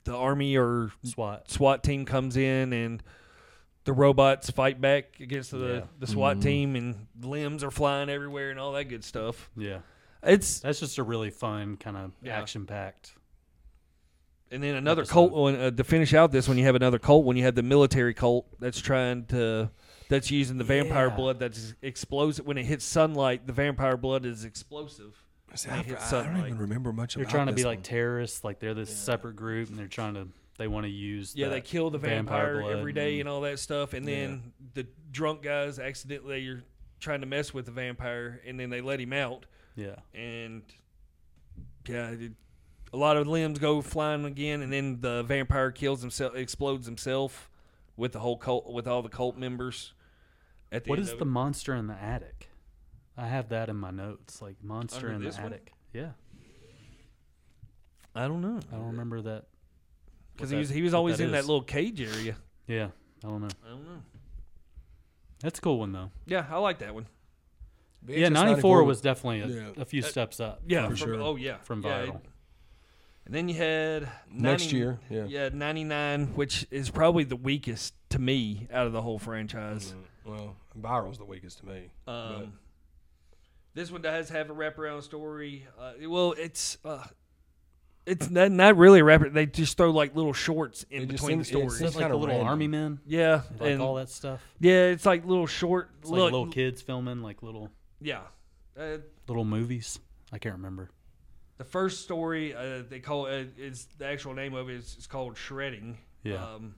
[SPEAKER 2] the army or
[SPEAKER 4] SWAT.
[SPEAKER 2] SWAT team comes in and the robots fight back against the,
[SPEAKER 4] Yeah.
[SPEAKER 2] the SWAT
[SPEAKER 1] Mm-hmm.
[SPEAKER 2] team and limbs are flying everywhere and all that good stuff.
[SPEAKER 4] Yeah,
[SPEAKER 2] It's
[SPEAKER 4] that's just a really fun kind of
[SPEAKER 2] Yeah.
[SPEAKER 4] action packed.
[SPEAKER 2] and then another
[SPEAKER 4] Episode.
[SPEAKER 2] cult one uh, to finish out this one. You have another cult when you have the military cult that's trying to that's using the vampire
[SPEAKER 4] Yeah.
[SPEAKER 2] blood that's explosive when it hits sunlight. The vampire blood is explosive.
[SPEAKER 1] See,
[SPEAKER 2] They
[SPEAKER 1] I,
[SPEAKER 2] hit
[SPEAKER 1] I don't
[SPEAKER 2] sunlight.
[SPEAKER 1] even remember much.
[SPEAKER 4] They're
[SPEAKER 1] about
[SPEAKER 4] trying to be
[SPEAKER 1] this
[SPEAKER 4] like
[SPEAKER 1] one.
[SPEAKER 4] terrorists, like they're this separate group, and they're trying to they want to use
[SPEAKER 2] Yeah,
[SPEAKER 4] that
[SPEAKER 2] they kill the
[SPEAKER 4] vampire
[SPEAKER 2] vampire,
[SPEAKER 4] blood
[SPEAKER 2] every day
[SPEAKER 4] and-
[SPEAKER 2] and all that stuff, and then the drunk guys accidentally are trying to mess with the vampire, and then they let him out.
[SPEAKER 4] yeah
[SPEAKER 2] and yeah, it- a lot of limbs go flying again, and then the vampire kills himself, explodes himself with the whole cult, with all the cult members. At the
[SPEAKER 4] what
[SPEAKER 2] end
[SPEAKER 4] is
[SPEAKER 2] of
[SPEAKER 4] the
[SPEAKER 2] it.
[SPEAKER 4] monster in the attic? I have that in my notes, like monster
[SPEAKER 2] Under
[SPEAKER 4] in the
[SPEAKER 2] this one?
[SPEAKER 4] attic. Yeah,
[SPEAKER 2] I don't know
[SPEAKER 4] I don't remember that.
[SPEAKER 2] because
[SPEAKER 4] what
[SPEAKER 2] he was
[SPEAKER 4] that-
[SPEAKER 2] he was
[SPEAKER 4] what
[SPEAKER 2] always
[SPEAKER 4] that
[SPEAKER 2] in that
[SPEAKER 4] is.
[SPEAKER 2] little cage area.
[SPEAKER 4] Yeah, I don't know.
[SPEAKER 2] I don't know.
[SPEAKER 4] That's a cool one though.
[SPEAKER 2] Yeah, I like that one.
[SPEAKER 1] VHS
[SPEAKER 4] yeah, ninety four was definitely a,
[SPEAKER 1] Yeah.
[SPEAKER 4] a few
[SPEAKER 2] That-
[SPEAKER 4] steps up.
[SPEAKER 2] Yeah,
[SPEAKER 1] For
[SPEAKER 2] from,
[SPEAKER 1] sure.
[SPEAKER 2] Oh yeah,
[SPEAKER 4] from
[SPEAKER 2] yeah,
[SPEAKER 4] viral.
[SPEAKER 2] and then you had 90,
[SPEAKER 1] Next year, yeah.
[SPEAKER 2] yeah, ninety nine, which is probably the weakest to me out of the whole franchise.
[SPEAKER 1] Mm, Well, viral's the weakest to me.
[SPEAKER 4] Mm-hmm.
[SPEAKER 1] but-
[SPEAKER 2] Um, this one does have a wraparound story. Uh, it- well, it's uh, it's not, not really a wrap. They just throw like little shorts in
[SPEAKER 1] It just
[SPEAKER 2] between the
[SPEAKER 1] seems- it
[SPEAKER 2] stories.
[SPEAKER 4] Is that
[SPEAKER 1] seems-
[SPEAKER 4] like
[SPEAKER 1] kinda
[SPEAKER 4] the little
[SPEAKER 1] random.
[SPEAKER 4] army men,
[SPEAKER 2] yeah,
[SPEAKER 4] like
[SPEAKER 2] and
[SPEAKER 4] all that stuff?
[SPEAKER 2] yeah, it's like little short.
[SPEAKER 4] It's
[SPEAKER 2] look,
[SPEAKER 4] like little kids filming like little
[SPEAKER 2] yeah. Uh,
[SPEAKER 4] little movies. I can't remember.
[SPEAKER 2] the first story uh, they call it is the actual name of it is it's called shredding.
[SPEAKER 4] Yeah.
[SPEAKER 2] um,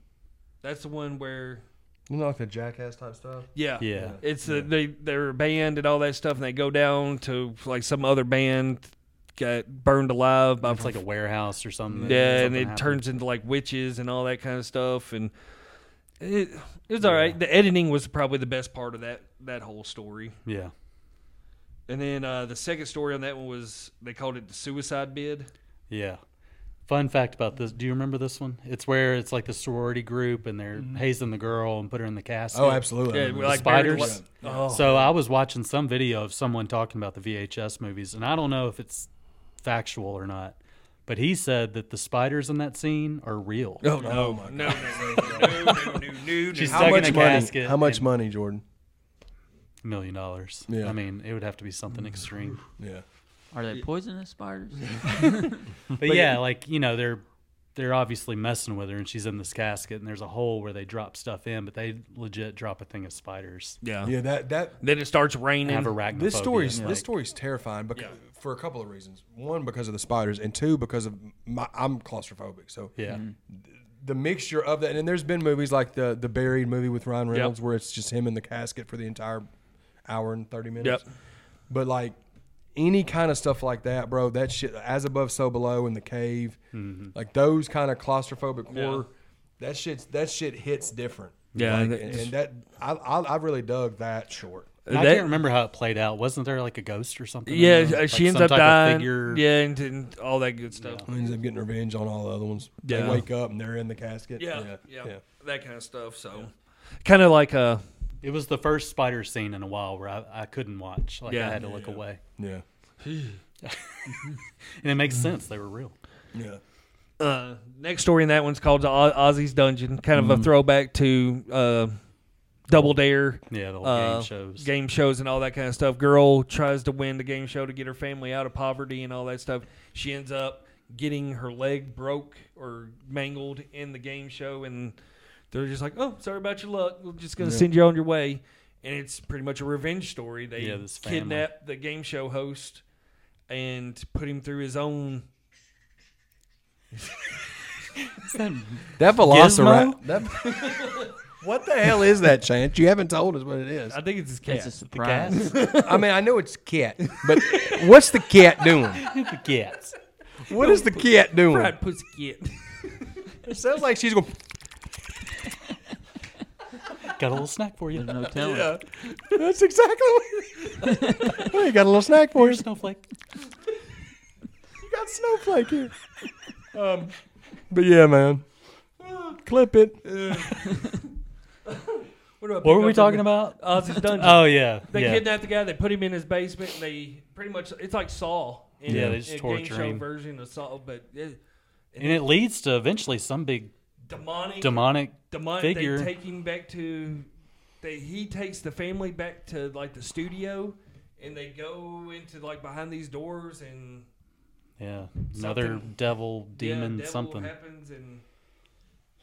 [SPEAKER 2] that's the one where
[SPEAKER 1] you know, like the jackass type stuff.
[SPEAKER 2] yeah
[SPEAKER 4] Yeah.
[SPEAKER 2] It's the they they're a band and all that stuff, and they go down to like some other band got burned alive by
[SPEAKER 4] It's like a warehouse or something.
[SPEAKER 2] yeah, and
[SPEAKER 4] something
[SPEAKER 2] it
[SPEAKER 4] happened.
[SPEAKER 2] turns into like witches and all that kind of stuff, and it it was all right. The editing was probably the best part of that that whole story.
[SPEAKER 4] Yeah.
[SPEAKER 2] And then uh, the second story on that one was they called it the suicide bid.
[SPEAKER 4] Yeah. Fun fact about this. Do you remember this one? It's where it's like the sorority group and they're hazing the girl and put her in the casket.
[SPEAKER 1] Oh, absolutely. I
[SPEAKER 2] Yeah,
[SPEAKER 1] remember
[SPEAKER 2] like
[SPEAKER 1] this.
[SPEAKER 2] buried
[SPEAKER 4] spiders?
[SPEAKER 2] alive- Oh,
[SPEAKER 4] So I was watching some video of someone talking about the VHS movies, and I don't know if it's factual or not, but he said that the spiders in that scene are real.
[SPEAKER 1] oh, no, my God.
[SPEAKER 2] no, no, no, no, no, no, no, no.
[SPEAKER 4] She's
[SPEAKER 1] How
[SPEAKER 4] stuck in
[SPEAKER 1] much money?
[SPEAKER 4] a casket
[SPEAKER 1] How much
[SPEAKER 4] and-
[SPEAKER 1] money, Jordan?
[SPEAKER 4] Million dollars.
[SPEAKER 1] Yeah.
[SPEAKER 4] I mean, it would have to be something extreme.
[SPEAKER 1] Yeah.
[SPEAKER 3] Are they poisonous spiders?
[SPEAKER 4] But yeah, like you know, they're they're obviously messing with her, and she's in this casket, and there's a hole where they drop stuff in, but they legit drop a thing of spiders.
[SPEAKER 2] yeah.
[SPEAKER 1] Yeah, that that
[SPEAKER 2] Then it starts raining.
[SPEAKER 4] Have arachnophobia.
[SPEAKER 1] this story's
[SPEAKER 4] like-
[SPEAKER 1] this story's terrifying because for a couple of reasons. One because of the spiders, and two because of my, I'm claustrophobic. So
[SPEAKER 4] Yeah.
[SPEAKER 1] the mixture of that, and there's been movies like the the Buried movie with Ryan Reynolds where it's just him in the casket for the entire hour and thirty minutes.
[SPEAKER 2] Yep.
[SPEAKER 1] But like any kind of stuff like that, bro, that shit as above so below in the cave, like those kind of claustrophobic horror, that shit's that shit hits different.
[SPEAKER 2] Yeah,
[SPEAKER 1] Like,
[SPEAKER 2] that-
[SPEAKER 1] and that I, I I really dug that short.
[SPEAKER 4] I
[SPEAKER 2] That-
[SPEAKER 4] can't remember how it played out. Wasn't there like a ghost or something? in
[SPEAKER 2] Yeah,
[SPEAKER 4] there?
[SPEAKER 2] uh,
[SPEAKER 4] Like
[SPEAKER 2] she ends
[SPEAKER 4] some
[SPEAKER 2] up
[SPEAKER 4] type of
[SPEAKER 2] dying.
[SPEAKER 4] figure?
[SPEAKER 2] Yeah, and, and all that good stuff.
[SPEAKER 1] Ends up getting revenge on all the other ones. They
[SPEAKER 2] Yeah.
[SPEAKER 1] wake up and they're in the casket.
[SPEAKER 2] Yeah, yeah, that kind of stuff. So, kind of like uh, a
[SPEAKER 4] It was the first spider scene in a while where I, I couldn't watch. Like
[SPEAKER 2] Yeah.
[SPEAKER 4] I had to look away.
[SPEAKER 1] yeah,
[SPEAKER 4] And it makes sense. They were real.
[SPEAKER 1] yeah.
[SPEAKER 2] uh, next story in that one's called the O- Ozzy's Dungeon, kind of a throwback to uh, Double Dare
[SPEAKER 4] Yeah, the old
[SPEAKER 2] uh,
[SPEAKER 4] game shows.
[SPEAKER 2] game shows, and all that kind of stuff. Girl tries to win the game show to get her family out of poverty and all that stuff. She ends up getting her leg broke or mangled in the game show, and they're just like, "Oh, sorry about your luck. We're just gonna send you on your way." And it's pretty much a revenge story. They
[SPEAKER 4] Yeah, this family.
[SPEAKER 2] kidnap the game show host and put him through his own
[SPEAKER 1] That
[SPEAKER 4] Velociraptor-
[SPEAKER 1] That, what the hell is that, Chance? You haven't told us what it is.
[SPEAKER 2] I think it's his cat.
[SPEAKER 3] It's a surprise.
[SPEAKER 1] I mean, I know it's cat, but what's the cat doing?
[SPEAKER 4] The cats.
[SPEAKER 1] What is the cat doing?
[SPEAKER 2] fried pussy cat.
[SPEAKER 1] It sounds like she's going.
[SPEAKER 4] Got a little snack for you.
[SPEAKER 3] There's no telling.
[SPEAKER 1] That's exactly what. Well, you got a little snack for
[SPEAKER 4] Here,
[SPEAKER 1] you.
[SPEAKER 4] snowflake.
[SPEAKER 1] You got snowflake here. Um, but yeah, man. Clip it.
[SPEAKER 2] What, do I
[SPEAKER 4] What
[SPEAKER 2] pick
[SPEAKER 4] were we
[SPEAKER 2] up on
[SPEAKER 4] talking
[SPEAKER 2] the-
[SPEAKER 4] about?
[SPEAKER 2] Ozzy's Dungeon.
[SPEAKER 4] Oh yeah,
[SPEAKER 2] They
[SPEAKER 4] yeah.
[SPEAKER 2] kidnapped the guy. They put him in his basement. And they pretty much it's like Saw. In
[SPEAKER 4] Yeah,
[SPEAKER 2] a,
[SPEAKER 4] they just
[SPEAKER 2] a game
[SPEAKER 4] torture
[SPEAKER 2] show
[SPEAKER 4] him.
[SPEAKER 2] version of Saw, but it,
[SPEAKER 4] and it leads to eventually some big
[SPEAKER 2] demonic.
[SPEAKER 4] demonic.
[SPEAKER 2] demonic.
[SPEAKER 4] figure.
[SPEAKER 2] They take him back to. They he takes the family back to like the studio, and they go into like behind these doors and
[SPEAKER 4] Yeah, another
[SPEAKER 2] Something.
[SPEAKER 4] devil,
[SPEAKER 2] yeah,
[SPEAKER 4] demon,
[SPEAKER 2] devil
[SPEAKER 4] something.
[SPEAKER 2] happens and.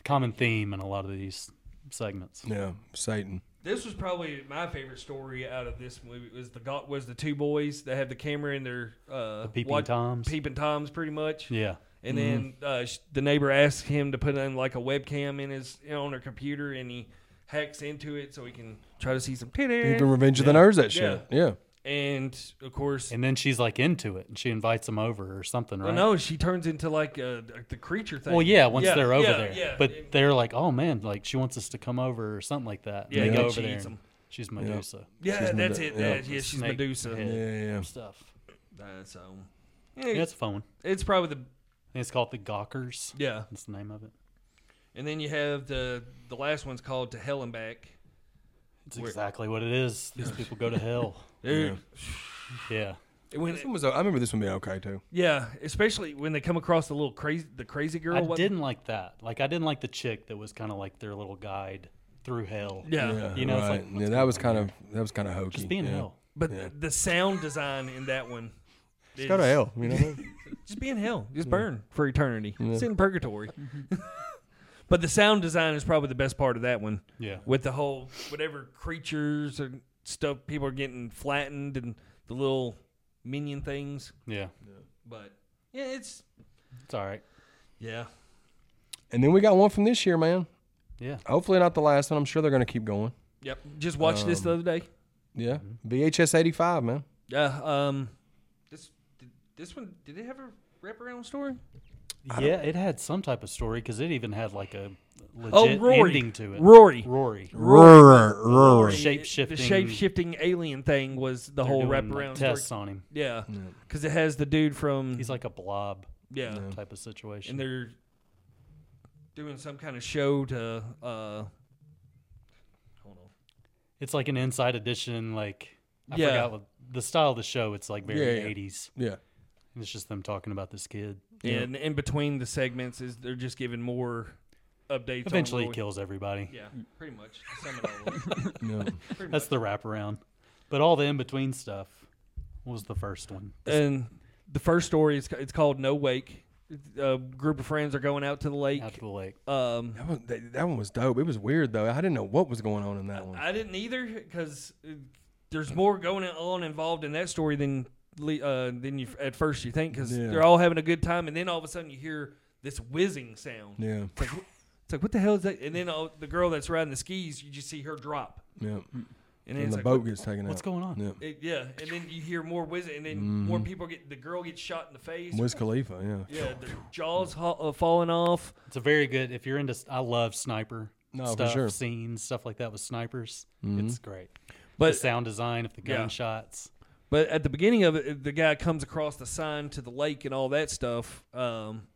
[SPEAKER 4] Common theme in a lot of these segments.
[SPEAKER 1] Yeah, Satan.
[SPEAKER 2] This was probably my favorite story out of this movie. Was the go- was the two boys that had the camera in their uh,
[SPEAKER 4] Peeping
[SPEAKER 2] wat-
[SPEAKER 4] toms.
[SPEAKER 2] peeping toms, pretty much.
[SPEAKER 4] yeah,
[SPEAKER 2] And
[SPEAKER 4] Mm-hmm.
[SPEAKER 2] then uh, sh- the neighbor asked him to put in like a webcam in his on her computer, and he hacks into it so he can try to see some
[SPEAKER 1] Even
[SPEAKER 2] titties.
[SPEAKER 1] Revenge of the Nerds, that
[SPEAKER 2] Yeah.
[SPEAKER 1] shit. Yeah.
[SPEAKER 2] And of course,
[SPEAKER 4] and then she's like into it, and she invites him over or something, right?
[SPEAKER 2] well, no, she turns into like uh, the creature thing.
[SPEAKER 4] Well, yeah, once
[SPEAKER 2] Yeah,
[SPEAKER 4] they're over
[SPEAKER 2] yeah,
[SPEAKER 4] there.
[SPEAKER 2] yeah.
[SPEAKER 4] but
[SPEAKER 2] And-
[SPEAKER 4] they're like, oh man, like she wants us to come over or something like that. And
[SPEAKER 2] Yeah,
[SPEAKER 4] they
[SPEAKER 2] and
[SPEAKER 4] go
[SPEAKER 2] then
[SPEAKER 4] over
[SPEAKER 2] she
[SPEAKER 4] there.
[SPEAKER 2] eats
[SPEAKER 4] and
[SPEAKER 2] 'em.
[SPEAKER 4] She's Medusa.
[SPEAKER 2] yeah,
[SPEAKER 1] she's
[SPEAKER 2] that's
[SPEAKER 1] Medu-
[SPEAKER 2] it.
[SPEAKER 1] yeah.
[SPEAKER 2] Yeah, yeah, she's
[SPEAKER 4] Snake
[SPEAKER 2] Medusa.
[SPEAKER 4] head.
[SPEAKER 1] Yeah, yeah, yeah.
[SPEAKER 4] Stuff.
[SPEAKER 2] Uh, so,
[SPEAKER 4] Yeah,
[SPEAKER 2] yeah,
[SPEAKER 4] it's a fun one.
[SPEAKER 2] it's probably the
[SPEAKER 4] I think it's called the Gawkers.
[SPEAKER 2] yeah.
[SPEAKER 4] That's the name of it.
[SPEAKER 2] And then you have the the last one's called To Hell and Back.
[SPEAKER 4] It's
[SPEAKER 2] Where-
[SPEAKER 4] exactly what it is. These people go to hell.
[SPEAKER 2] Dude,
[SPEAKER 4] Yeah.
[SPEAKER 2] it went-
[SPEAKER 1] This one was. I remember this one being okay too.
[SPEAKER 2] yeah, especially when they come across the little crazy the crazy girl.
[SPEAKER 4] I
[SPEAKER 2] what-
[SPEAKER 4] didn't like that. Like I didn't like the chick that was kind of like their little guide through hell.
[SPEAKER 2] Yeah.
[SPEAKER 4] You know, it's like,
[SPEAKER 1] yeah, that was kind of that was kind of hokey.
[SPEAKER 4] Just being
[SPEAKER 1] yeah.
[SPEAKER 4] hell.
[SPEAKER 2] But the, the sound design in that one.
[SPEAKER 1] Just go to
[SPEAKER 2] is-
[SPEAKER 1] hell. You know. what I mean?
[SPEAKER 2] Just be in hell. Just burn for eternity. It's in purgatory. but the sound design is probably the best part of that one.
[SPEAKER 4] Yeah.
[SPEAKER 2] With the whole whatever creatures and stuff, people are getting flattened and the little minion things.
[SPEAKER 4] Yeah.
[SPEAKER 2] But yeah, it's
[SPEAKER 4] It's all right.
[SPEAKER 2] yeah.
[SPEAKER 1] and then we got one from this year, man.
[SPEAKER 4] Yeah.
[SPEAKER 1] Hopefully not the last one. I'm sure they're going to keep going.
[SPEAKER 2] Yep. Just watched this the other day.
[SPEAKER 1] Yeah.
[SPEAKER 4] Mm-hmm.
[SPEAKER 1] VHS 85, man.
[SPEAKER 2] Yeah. Um. This did, this one did it have a wraparound story?
[SPEAKER 4] Yeah, it had some type of story because it even had like a legit
[SPEAKER 2] Oh, Rory.
[SPEAKER 4] ending to it.
[SPEAKER 2] Rory.
[SPEAKER 4] Rory.
[SPEAKER 1] Roar, roar.
[SPEAKER 4] Shape-shifting-
[SPEAKER 2] The shape shifting alien thing was the whole
[SPEAKER 4] They're doing, like,
[SPEAKER 2] wraparound story.
[SPEAKER 4] tests on him.
[SPEAKER 2] Yeah, because it has the dude from
[SPEAKER 4] He's like a blob
[SPEAKER 2] yeah,
[SPEAKER 4] type of situation.
[SPEAKER 2] and they're doing some kind of show to uh, hold on.
[SPEAKER 4] It's like an inside edition, like I
[SPEAKER 2] Yeah.
[SPEAKER 4] forgot what the style of the show. It's like very
[SPEAKER 1] Yeah, yeah.
[SPEAKER 4] eighties.
[SPEAKER 1] Yeah.
[SPEAKER 4] And It's just them talking about this kid.
[SPEAKER 2] And in between the segments is they're just giving more updates. on
[SPEAKER 4] Eventually, he
[SPEAKER 2] Roy.
[SPEAKER 4] kills everybody.
[SPEAKER 2] Yeah, pretty much. to Sum it all up.
[SPEAKER 1] Yeah.
[SPEAKER 2] Pretty
[SPEAKER 4] That's
[SPEAKER 2] much.
[SPEAKER 4] the wraparound. But all the in between stuff was the first one.
[SPEAKER 2] and the first story is it's called No Wake. A group of friends are going out to the lake.
[SPEAKER 4] Out to the lake.
[SPEAKER 2] Um,
[SPEAKER 1] That one, that, that one was dope. It was weird, though. I didn't know what was going on in that one.
[SPEAKER 2] I didn't either because there's more going on involved in that story than le- uh, than you at first you think because
[SPEAKER 1] Yeah.
[SPEAKER 2] they're all having a good time and then all of a sudden you hear this whizzing sound.
[SPEAKER 1] Yeah.
[SPEAKER 2] It's, like, wh- it's like what the hell is that? And then all, the girl that's riding the skis, you just see her drop,
[SPEAKER 1] Yeah.
[SPEAKER 2] and then
[SPEAKER 1] And
[SPEAKER 2] it's
[SPEAKER 1] the
[SPEAKER 2] like,
[SPEAKER 1] boat
[SPEAKER 2] what-
[SPEAKER 1] gets taken
[SPEAKER 4] What's
[SPEAKER 1] out.
[SPEAKER 4] going on?
[SPEAKER 1] Yeah.
[SPEAKER 2] it- yeah, and then you hear more whizzing, and then
[SPEAKER 1] Mm-hmm.
[SPEAKER 2] more people get the girl gets shot in the face.
[SPEAKER 1] Wiz Khalifa, yeah.
[SPEAKER 2] yeah, the jaws ho- uh, falling off.
[SPEAKER 4] It's a very good. If you're into, s- I love sniper
[SPEAKER 1] No, for
[SPEAKER 4] stuff,
[SPEAKER 1] sure. Mm-hmm.
[SPEAKER 4] scenes, stuff like that with snipers. It's great. the
[SPEAKER 2] But
[SPEAKER 4] sound design of the
[SPEAKER 2] Yeah.
[SPEAKER 4] gunshots.
[SPEAKER 2] But at the beginning of it, the guy comes across the sign to the lake and all that stuff. Um,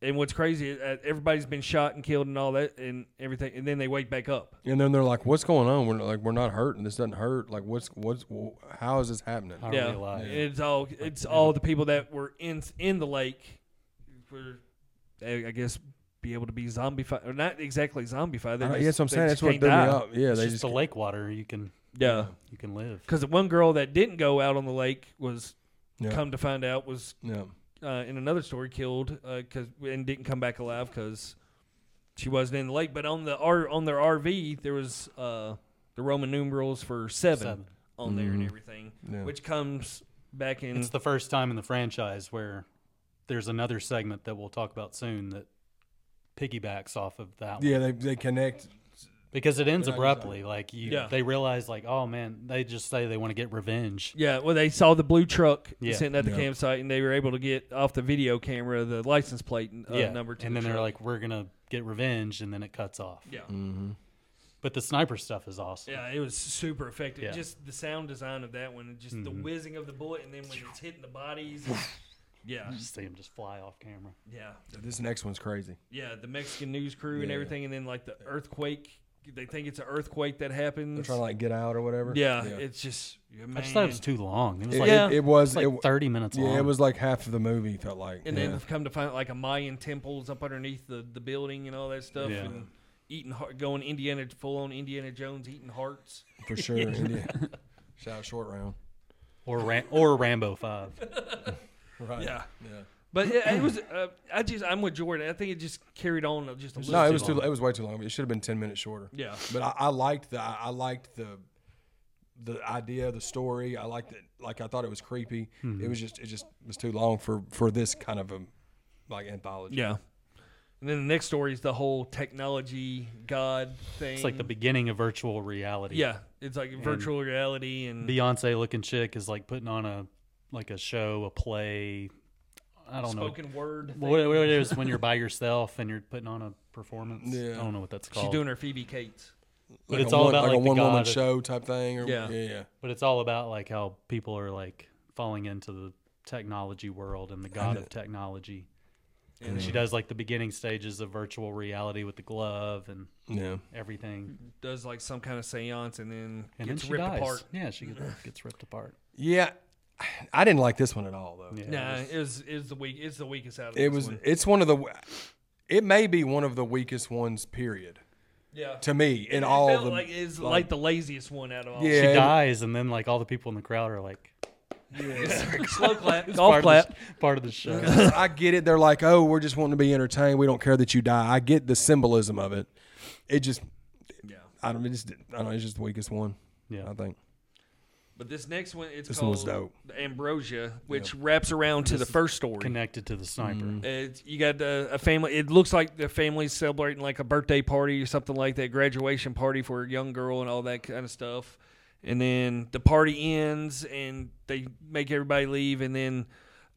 [SPEAKER 2] and what's crazy is uh, everybody's been shot and killed and all that and everything, and then they wake back up.
[SPEAKER 1] And then they're like, "What's going on? We're like, we're not hurt, and this doesn't hurt. Like, what's what's wh- how is this happening?"
[SPEAKER 4] How are
[SPEAKER 2] yeah,
[SPEAKER 4] they alive?
[SPEAKER 2] And it's all it's all the people that were in in the lake were, I I guess, be able to be zombified or not exactly zombified. They
[SPEAKER 1] I don't-
[SPEAKER 2] just-
[SPEAKER 1] Uh, yeah, that's what I'm
[SPEAKER 2] they
[SPEAKER 1] saying.
[SPEAKER 2] just
[SPEAKER 1] That's what
[SPEAKER 2] can't
[SPEAKER 1] threw me
[SPEAKER 2] die.
[SPEAKER 1] up. Yeah,
[SPEAKER 4] It's
[SPEAKER 1] they
[SPEAKER 4] just,
[SPEAKER 1] just
[SPEAKER 4] the lake water. You can
[SPEAKER 2] Yeah,
[SPEAKER 4] you can live.
[SPEAKER 2] because the one girl that didn't go out on the lake was
[SPEAKER 1] yeah,
[SPEAKER 2] come to find out was
[SPEAKER 1] yeah.
[SPEAKER 2] uh, in another story killed because and didn't come back alive because she wasn't in the lake. But on the R, on their RV, there was uh, the Roman numerals for seven,
[SPEAKER 4] Seven.
[SPEAKER 2] on there and
[SPEAKER 1] Mhm.
[SPEAKER 2] everything,
[SPEAKER 1] Yeah.
[SPEAKER 2] which comes back in.
[SPEAKER 4] It's the first time in the franchise where there's another segment that we'll talk about soon that piggybacks off of that one.
[SPEAKER 1] Yeah, they they connect.
[SPEAKER 4] because it ends
[SPEAKER 1] Yeah, uh,
[SPEAKER 4] abruptly. Like you,
[SPEAKER 2] Yeah.
[SPEAKER 4] they realize like, oh man, they just say they want to get revenge.
[SPEAKER 2] yeah, well, they saw the blue truck
[SPEAKER 4] Yeah.
[SPEAKER 2] sitting at the
[SPEAKER 1] Yeah.
[SPEAKER 2] campsite, and they were able to get off the video camera the license plate uh,
[SPEAKER 4] yeah,
[SPEAKER 2] number. To
[SPEAKER 4] and
[SPEAKER 2] the
[SPEAKER 4] then they're
[SPEAKER 2] truck.
[SPEAKER 4] like, we're gonna get revenge, and then it cuts off.
[SPEAKER 2] yeah,
[SPEAKER 4] Mm-hmm.
[SPEAKER 1] Mhm.
[SPEAKER 4] But the sniper stuff is awesome.
[SPEAKER 2] yeah, it was super effective.
[SPEAKER 4] Yeah.
[SPEAKER 2] Just the sound design of that one, and just the
[SPEAKER 1] Mm-hmm.
[SPEAKER 4] Mhm.
[SPEAKER 2] whizzing of the bullet, and then when it's hitting the bodies. yeah,
[SPEAKER 4] Just see them just fly off camera.
[SPEAKER 2] yeah.
[SPEAKER 1] This next one's crazy.
[SPEAKER 2] Yeah, the Mexican news crew and
[SPEAKER 1] Yeah.
[SPEAKER 2] everything, and then like the earthquake. They think it's an earthquake that happens.
[SPEAKER 1] They're trying to like get out or whatever.
[SPEAKER 2] yeah, it's just yeah, man.
[SPEAKER 4] I just thought it was too long. It was
[SPEAKER 1] It,
[SPEAKER 4] like,
[SPEAKER 2] Yeah.
[SPEAKER 1] it, it
[SPEAKER 4] it's
[SPEAKER 1] was
[SPEAKER 4] like
[SPEAKER 1] it,
[SPEAKER 4] thirty minutes long.
[SPEAKER 1] yeah, it was like half of the movie felt like.
[SPEAKER 2] and
[SPEAKER 1] yeah.
[SPEAKER 2] then they've come to find like a Mayan temples up underneath the, the building and all that stuff,
[SPEAKER 4] Yeah.
[SPEAKER 2] and eating heart, going Indiana full on Indiana Jones eating hearts.
[SPEAKER 1] for sure. yeah. Shout out short round.
[SPEAKER 4] or Ram- or Rambo Five.
[SPEAKER 1] Right.
[SPEAKER 2] Yeah.
[SPEAKER 1] Yeah.
[SPEAKER 2] But yeah, it was. Uh, I just I'm with Jordan. I think it just carried on just a little.
[SPEAKER 1] No, it
[SPEAKER 2] too
[SPEAKER 1] was too.
[SPEAKER 2] long.
[SPEAKER 1] It was way too long. It should have been ten minutes shorter.
[SPEAKER 2] Yeah,
[SPEAKER 1] But I, I liked the. I I liked the. The idea, the story, I liked it. Like I thought it was creepy.
[SPEAKER 4] Mm-hmm.
[SPEAKER 1] It was just, it just was too long for for this kind of a like anthology.
[SPEAKER 2] yeah. And then the next story is the whole technology god thing.
[SPEAKER 4] It's like the beginning of virtual reality.
[SPEAKER 2] yeah, it's like virtual reality and
[SPEAKER 4] Beyonce looking chick is like putting on a like a show, a play. I don't
[SPEAKER 2] spoken word.
[SPEAKER 4] know what, what it is when you're by yourself and you're putting on a performance.
[SPEAKER 1] Yeah.
[SPEAKER 4] I don't know what that's called.
[SPEAKER 2] She's doing her Phoebe Cates.
[SPEAKER 4] but
[SPEAKER 1] Like
[SPEAKER 4] it's
[SPEAKER 1] a
[SPEAKER 4] all
[SPEAKER 1] one,
[SPEAKER 4] about
[SPEAKER 1] like,
[SPEAKER 4] like,
[SPEAKER 1] a
[SPEAKER 4] the
[SPEAKER 1] one woman
[SPEAKER 4] god.
[SPEAKER 1] show type thing. Or,
[SPEAKER 2] Yeah.
[SPEAKER 1] yeah, yeah.
[SPEAKER 4] But it's all about like how people are like falling into the technology world and the god of technology.
[SPEAKER 1] Mm.
[SPEAKER 4] And she does like the beginning stages of virtual reality with the glove and
[SPEAKER 1] Yeah.
[SPEAKER 4] everything.
[SPEAKER 2] does like some kind of seance and then Mm-hmm.
[SPEAKER 4] And
[SPEAKER 2] gets
[SPEAKER 4] then she
[SPEAKER 2] ripped
[SPEAKER 4] dies.
[SPEAKER 2] apart. Mm-hmm.
[SPEAKER 4] Yeah, she gets, gets ripped apart.
[SPEAKER 1] Yeah. I didn't like this one at all though.
[SPEAKER 4] Yeah,
[SPEAKER 2] Nah, it was is the weak it's the weakest out of
[SPEAKER 1] It
[SPEAKER 2] this
[SPEAKER 1] was
[SPEAKER 2] one.
[SPEAKER 1] it's one of the it may be one of the weakest ones period
[SPEAKER 2] yeah.
[SPEAKER 1] to me in
[SPEAKER 2] It
[SPEAKER 1] all
[SPEAKER 2] felt
[SPEAKER 1] the
[SPEAKER 2] like it's like, the laziest one out of all.
[SPEAKER 1] Yeah.
[SPEAKER 4] She
[SPEAKER 1] And-
[SPEAKER 4] dies, and then like all the people in the crowd are like,
[SPEAKER 2] slow clap,
[SPEAKER 4] It's
[SPEAKER 2] golf
[SPEAKER 4] part of
[SPEAKER 2] clap.
[SPEAKER 4] the sh- part of the show.
[SPEAKER 1] I get it. They're like, "Oh, we're just wanting to be entertained. We don't care that you die." I get the symbolism of it. It just
[SPEAKER 2] Yeah,
[SPEAKER 1] I don't it just I don't know, it's just the weakest one, I
[SPEAKER 4] yeah.
[SPEAKER 1] think.
[SPEAKER 2] but this next one it's
[SPEAKER 1] This one
[SPEAKER 2] called
[SPEAKER 1] was
[SPEAKER 2] the Ambrosia, which wraps around to the first story.
[SPEAKER 4] Connected to the sniper.
[SPEAKER 1] Mm.
[SPEAKER 2] It's, you got a, a family. It looks like the family's celebrating like a birthday party or something like that, graduation party for a young girl and all that kind of stuff. And then the party ends, and they make everybody leave. And then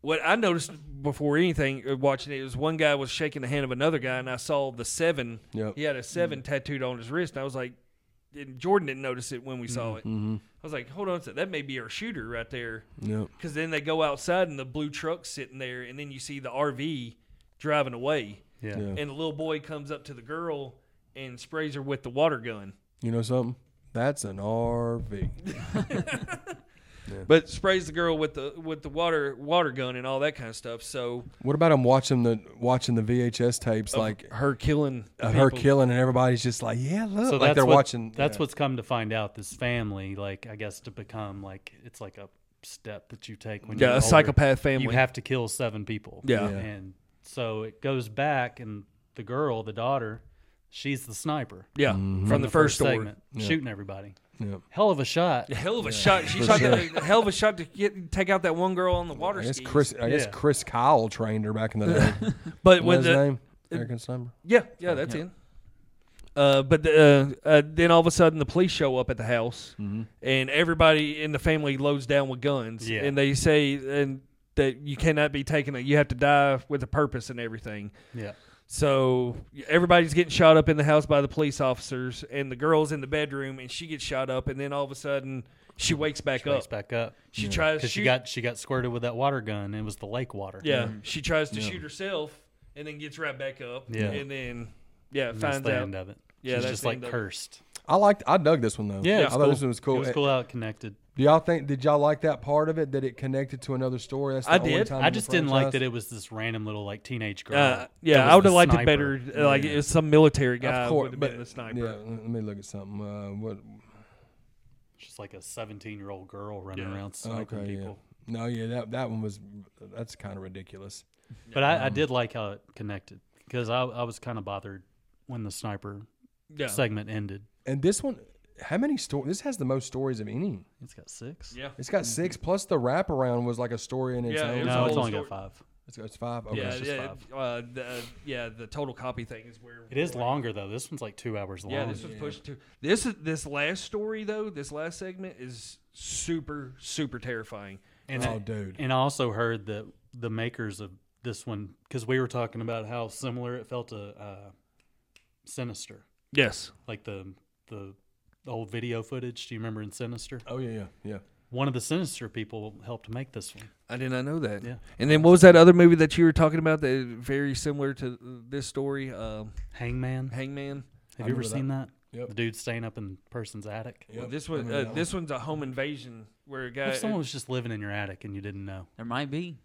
[SPEAKER 2] what I noticed before anything uh, watching it was one guy was shaking the hand of another guy, and I saw the seven.
[SPEAKER 1] Yep.
[SPEAKER 2] He had a seven tattooed on his wrist, and I was like, and Jordan didn't notice it when we saw it. I was like, hold on a second, that may be our shooter right there.
[SPEAKER 1] Yep.
[SPEAKER 2] Because then they go outside and the blue truck's sitting there, and then you see the RV driving away,
[SPEAKER 4] Yeah.
[SPEAKER 1] Yeah.
[SPEAKER 2] and the little boy comes up to the girl and sprays her with the water gun.
[SPEAKER 1] You know something? That's an RV.
[SPEAKER 2] But sprays the girl with the with the water water gun and all that kind of stuff. So
[SPEAKER 1] What about I'm watching the watching the VHS tapes like
[SPEAKER 2] her killing
[SPEAKER 1] of her
[SPEAKER 2] people.
[SPEAKER 1] killing and everybody's just like, "Yeah, look."
[SPEAKER 4] So
[SPEAKER 1] like
[SPEAKER 4] that's
[SPEAKER 1] they're
[SPEAKER 4] what,
[SPEAKER 1] watching
[SPEAKER 4] That's
[SPEAKER 1] yeah.
[SPEAKER 4] what's come to find out. This family, like I guess, to become like it's like a step that you take when
[SPEAKER 2] Yeah,
[SPEAKER 4] you're
[SPEAKER 2] a
[SPEAKER 4] older.
[SPEAKER 2] psychopath family.
[SPEAKER 4] You have to kill seven people.
[SPEAKER 2] Yeah.
[SPEAKER 1] Yeah.
[SPEAKER 4] and so it goes back, and the girl, the daughter, she's the sniper
[SPEAKER 2] yeah, from the, first, story.
[SPEAKER 4] segment, shooting everybody.
[SPEAKER 1] Yep.
[SPEAKER 4] Hell of a shot.
[SPEAKER 2] Hell of a shot! She
[SPEAKER 1] for
[SPEAKER 2] shot
[SPEAKER 1] sure.
[SPEAKER 2] that, hell of a shot to get take out that one girl on the water
[SPEAKER 1] I guess
[SPEAKER 2] skis.
[SPEAKER 1] Chris. I guess
[SPEAKER 4] Yeah.
[SPEAKER 1] Chris Kyle trained her back in the day. What's
[SPEAKER 2] but when
[SPEAKER 1] his
[SPEAKER 2] the
[SPEAKER 1] name? American Sniper.
[SPEAKER 2] Yeah, yeah, that's in. Uh, but the, uh, uh, then all of a sudden the police show up at the house,
[SPEAKER 4] Mm-hmm.
[SPEAKER 2] and everybody in the family loads down with guns,
[SPEAKER 4] Yeah.
[SPEAKER 2] and they say and that you cannot be taken, you have to die with a purpose and everything.
[SPEAKER 4] Yeah,
[SPEAKER 2] So everybody's getting shot up in the house by the police officers, and the girl's in the bedroom, and she gets shot up, and then all of a sudden she wakes back
[SPEAKER 4] She
[SPEAKER 2] up.
[SPEAKER 4] wakes back up
[SPEAKER 2] Uh, She tries to
[SPEAKER 4] because
[SPEAKER 2] shoot.
[SPEAKER 4] she got she got squirted with that water gun. and It was the lake water.
[SPEAKER 2] yeah, she tries to shoot herself, and then gets right back up.
[SPEAKER 4] Yeah.
[SPEAKER 2] and then yeah,
[SPEAKER 4] And that's
[SPEAKER 2] finds
[SPEAKER 4] the
[SPEAKER 2] out.
[SPEAKER 4] end of it.
[SPEAKER 2] Yeah,
[SPEAKER 4] she's
[SPEAKER 2] that's
[SPEAKER 4] just
[SPEAKER 2] the
[SPEAKER 4] like
[SPEAKER 2] end of it.
[SPEAKER 4] cursed.
[SPEAKER 1] I liked. I dug this one though.
[SPEAKER 4] Yeah,
[SPEAKER 1] I
[SPEAKER 4] it's
[SPEAKER 1] thought this one was cool. Eh,
[SPEAKER 4] It was cool how it connected.
[SPEAKER 1] Do y'all think? Did y'all like that part of it? That it connected to another story? That's the
[SPEAKER 2] I
[SPEAKER 1] only
[SPEAKER 2] did.
[SPEAKER 1] Time
[SPEAKER 4] I just didn't like that it was this random little like teenage girl.
[SPEAKER 2] Uh,
[SPEAKER 4] that
[SPEAKER 2] yeah,
[SPEAKER 4] was
[SPEAKER 2] I would
[SPEAKER 4] the
[SPEAKER 2] have liked it
[SPEAKER 4] sniper.
[SPEAKER 2] better. uh, Like it was some military guy
[SPEAKER 1] Of
[SPEAKER 2] would
[SPEAKER 1] course,
[SPEAKER 2] have
[SPEAKER 1] but
[SPEAKER 2] been the sniper.
[SPEAKER 1] Yeah, let me look at something. Uh, what?
[SPEAKER 4] Just like a seventeen-year-old girl running
[SPEAKER 2] Yeah.
[SPEAKER 4] around sniping
[SPEAKER 1] okay, yeah.
[SPEAKER 4] people.
[SPEAKER 1] No, yeah, that that one was. That's kind of ridiculous.
[SPEAKER 4] But
[SPEAKER 2] Um,
[SPEAKER 4] I, I did like how it connected because I, I was kind of bothered when the sniper
[SPEAKER 2] Yeah.
[SPEAKER 4] segment ended.
[SPEAKER 1] And this one, how many stories? This has the most stories of any.
[SPEAKER 4] It's got six.
[SPEAKER 2] Yeah.
[SPEAKER 1] It's got
[SPEAKER 4] Mm-hmm.
[SPEAKER 1] six. Plus the wraparound was like a story in its
[SPEAKER 2] Yeah,
[SPEAKER 1] own.
[SPEAKER 2] it was
[SPEAKER 4] No,
[SPEAKER 2] all
[SPEAKER 4] it's
[SPEAKER 2] the
[SPEAKER 4] only
[SPEAKER 2] story.
[SPEAKER 4] got five.
[SPEAKER 1] it's, it's Oh, five. Okay.
[SPEAKER 4] Yeah,
[SPEAKER 2] Yeah,
[SPEAKER 4] it's just
[SPEAKER 2] yeah, uh, the, uh, yeah. The total copy thing is where
[SPEAKER 4] It is longer though. This one's like two hours long.
[SPEAKER 2] Yeah, this was pushed to this. is- This last story though, this last segment is super super terrifying.
[SPEAKER 4] and
[SPEAKER 1] oh,
[SPEAKER 4] I,
[SPEAKER 1] dude.
[SPEAKER 4] and I also heard that the makers of this one because we were talking about how similar it felt to uh, Sinister,
[SPEAKER 2] Yes.
[SPEAKER 4] like the the old video footage. Do you remember in Sinister?
[SPEAKER 1] Oh yeah, yeah, yeah.
[SPEAKER 4] One of the Sinister people helped make this one.
[SPEAKER 2] I did not know that.
[SPEAKER 4] Yeah.
[SPEAKER 2] And then what was that other movie that you were talking about that is very similar to this story? Um,
[SPEAKER 4] Hangman.
[SPEAKER 2] Hangman.
[SPEAKER 4] Have you ever
[SPEAKER 1] remember
[SPEAKER 4] seen that?
[SPEAKER 1] Yep.
[SPEAKER 4] The dude staying up in the person's attic.
[SPEAKER 1] Yep,
[SPEAKER 2] this
[SPEAKER 1] I
[SPEAKER 2] one.
[SPEAKER 1] remember
[SPEAKER 2] Uh,
[SPEAKER 1] that
[SPEAKER 2] this one's a home invasion where a guy.
[SPEAKER 4] If someone was just living in your attic and you didn't know,
[SPEAKER 3] There might be.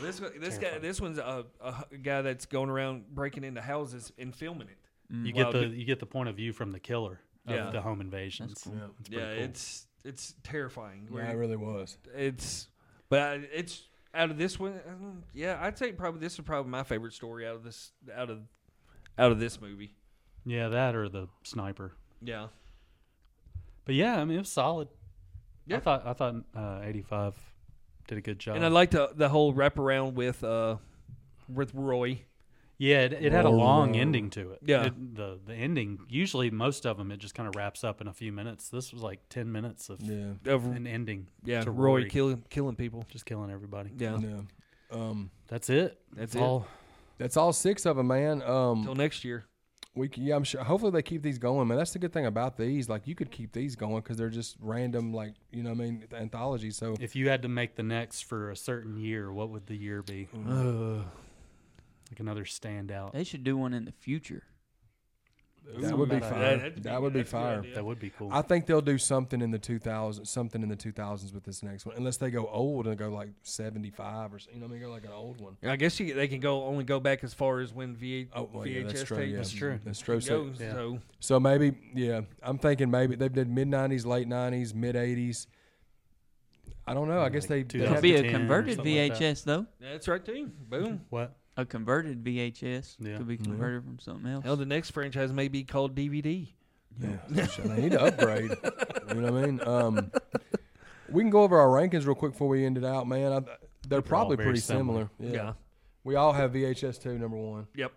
[SPEAKER 2] This one- this guy this one's a, a h- guy that's going around breaking into houses and filming it.
[SPEAKER 4] you get
[SPEAKER 2] Wow,
[SPEAKER 4] the
[SPEAKER 2] dude.
[SPEAKER 4] you get the point of view from the killer of
[SPEAKER 2] Mm, Yeah.
[SPEAKER 4] the home invasions.
[SPEAKER 1] cool. Yeah.
[SPEAKER 4] It's pretty
[SPEAKER 2] yeah,
[SPEAKER 4] cool.
[SPEAKER 2] it's it's terrifying.
[SPEAKER 1] Yeah, it
[SPEAKER 2] Where
[SPEAKER 1] really was.
[SPEAKER 2] It's but I- it's out of this one. um, Yeah, I'd say probably this is probably my favorite story out of this out of out of this movie.
[SPEAKER 4] yeah, that or the sniper.
[SPEAKER 2] Yeah,
[SPEAKER 4] But yeah, I mean it was solid.
[SPEAKER 2] Yeah.
[SPEAKER 4] I thought I thought uh, eighty five did a good job.
[SPEAKER 2] and I like the the whole wraparound with uh with Roy.
[SPEAKER 4] yeah, it, it had a long
[SPEAKER 1] Roar.
[SPEAKER 4] ending to it.
[SPEAKER 2] Yeah.
[SPEAKER 4] It- the the ending usually most of them it just kind of wraps up in a few minutes. This was like ten minutes of
[SPEAKER 1] Yeah,
[SPEAKER 2] Of,
[SPEAKER 4] an ending.
[SPEAKER 2] yeah,
[SPEAKER 4] to
[SPEAKER 2] Roy
[SPEAKER 4] Rory.
[SPEAKER 2] killing killing people.
[SPEAKER 4] just killing everybody.
[SPEAKER 2] Yeah.
[SPEAKER 1] yeah. Um,
[SPEAKER 4] That's it.
[SPEAKER 2] That's
[SPEAKER 4] all.
[SPEAKER 1] that's all six of them, man. Um,
[SPEAKER 2] Till next year.
[SPEAKER 1] We can, yeah, I'm sure. Hopefully they keep these going, man. That's the good thing about these. Like you could keep these going because they're just random, like you know, what I mean, anthology. So
[SPEAKER 4] If you had to make the next for a certain year, what would the year be? Like another standout.
[SPEAKER 3] They should do one in the future.
[SPEAKER 1] that would be
[SPEAKER 4] Ooh,
[SPEAKER 1] fire.
[SPEAKER 2] that'd be-
[SPEAKER 1] that would be
[SPEAKER 2] that's a good
[SPEAKER 1] fire.
[SPEAKER 2] idea.
[SPEAKER 4] That would be cool.
[SPEAKER 1] I think they'll do something in the 2000s, something in the 2000s with this next one, unless they go old and go like 75 or s- you know, what I mean, go like an old one.
[SPEAKER 2] I guess you, they can go only go back as far as when VH,
[SPEAKER 1] Oh, well, yeah,
[SPEAKER 2] VHS
[SPEAKER 1] that's true.
[SPEAKER 2] tape
[SPEAKER 1] Yeah.
[SPEAKER 4] That's true.
[SPEAKER 1] That's true. So,
[SPEAKER 2] goes.
[SPEAKER 4] Yeah.
[SPEAKER 2] So
[SPEAKER 1] so maybe, yeah, I'm thinking maybe they did mid 90s, late 90s, mid 80s. I don't know. I guess they, they
[SPEAKER 3] It'll
[SPEAKER 1] have
[SPEAKER 3] be
[SPEAKER 1] to-
[SPEAKER 3] a
[SPEAKER 4] 10 or
[SPEAKER 3] converted
[SPEAKER 4] something like that.
[SPEAKER 3] VHS though.
[SPEAKER 2] that's right too. Boom.
[SPEAKER 4] what?
[SPEAKER 3] A converted VHS
[SPEAKER 4] Yeah.
[SPEAKER 3] could be converted from something else.
[SPEAKER 2] Hell, the next franchise may be called DVD.
[SPEAKER 1] Yeah, shit, I need to upgrade. you know what I mean? Um, we can go over our rankings real quick before we end it out, man. I, they're probably
[SPEAKER 4] very
[SPEAKER 1] pretty
[SPEAKER 4] similar.
[SPEAKER 1] similar. Yeah. we all have VHS two number one.
[SPEAKER 2] Yep.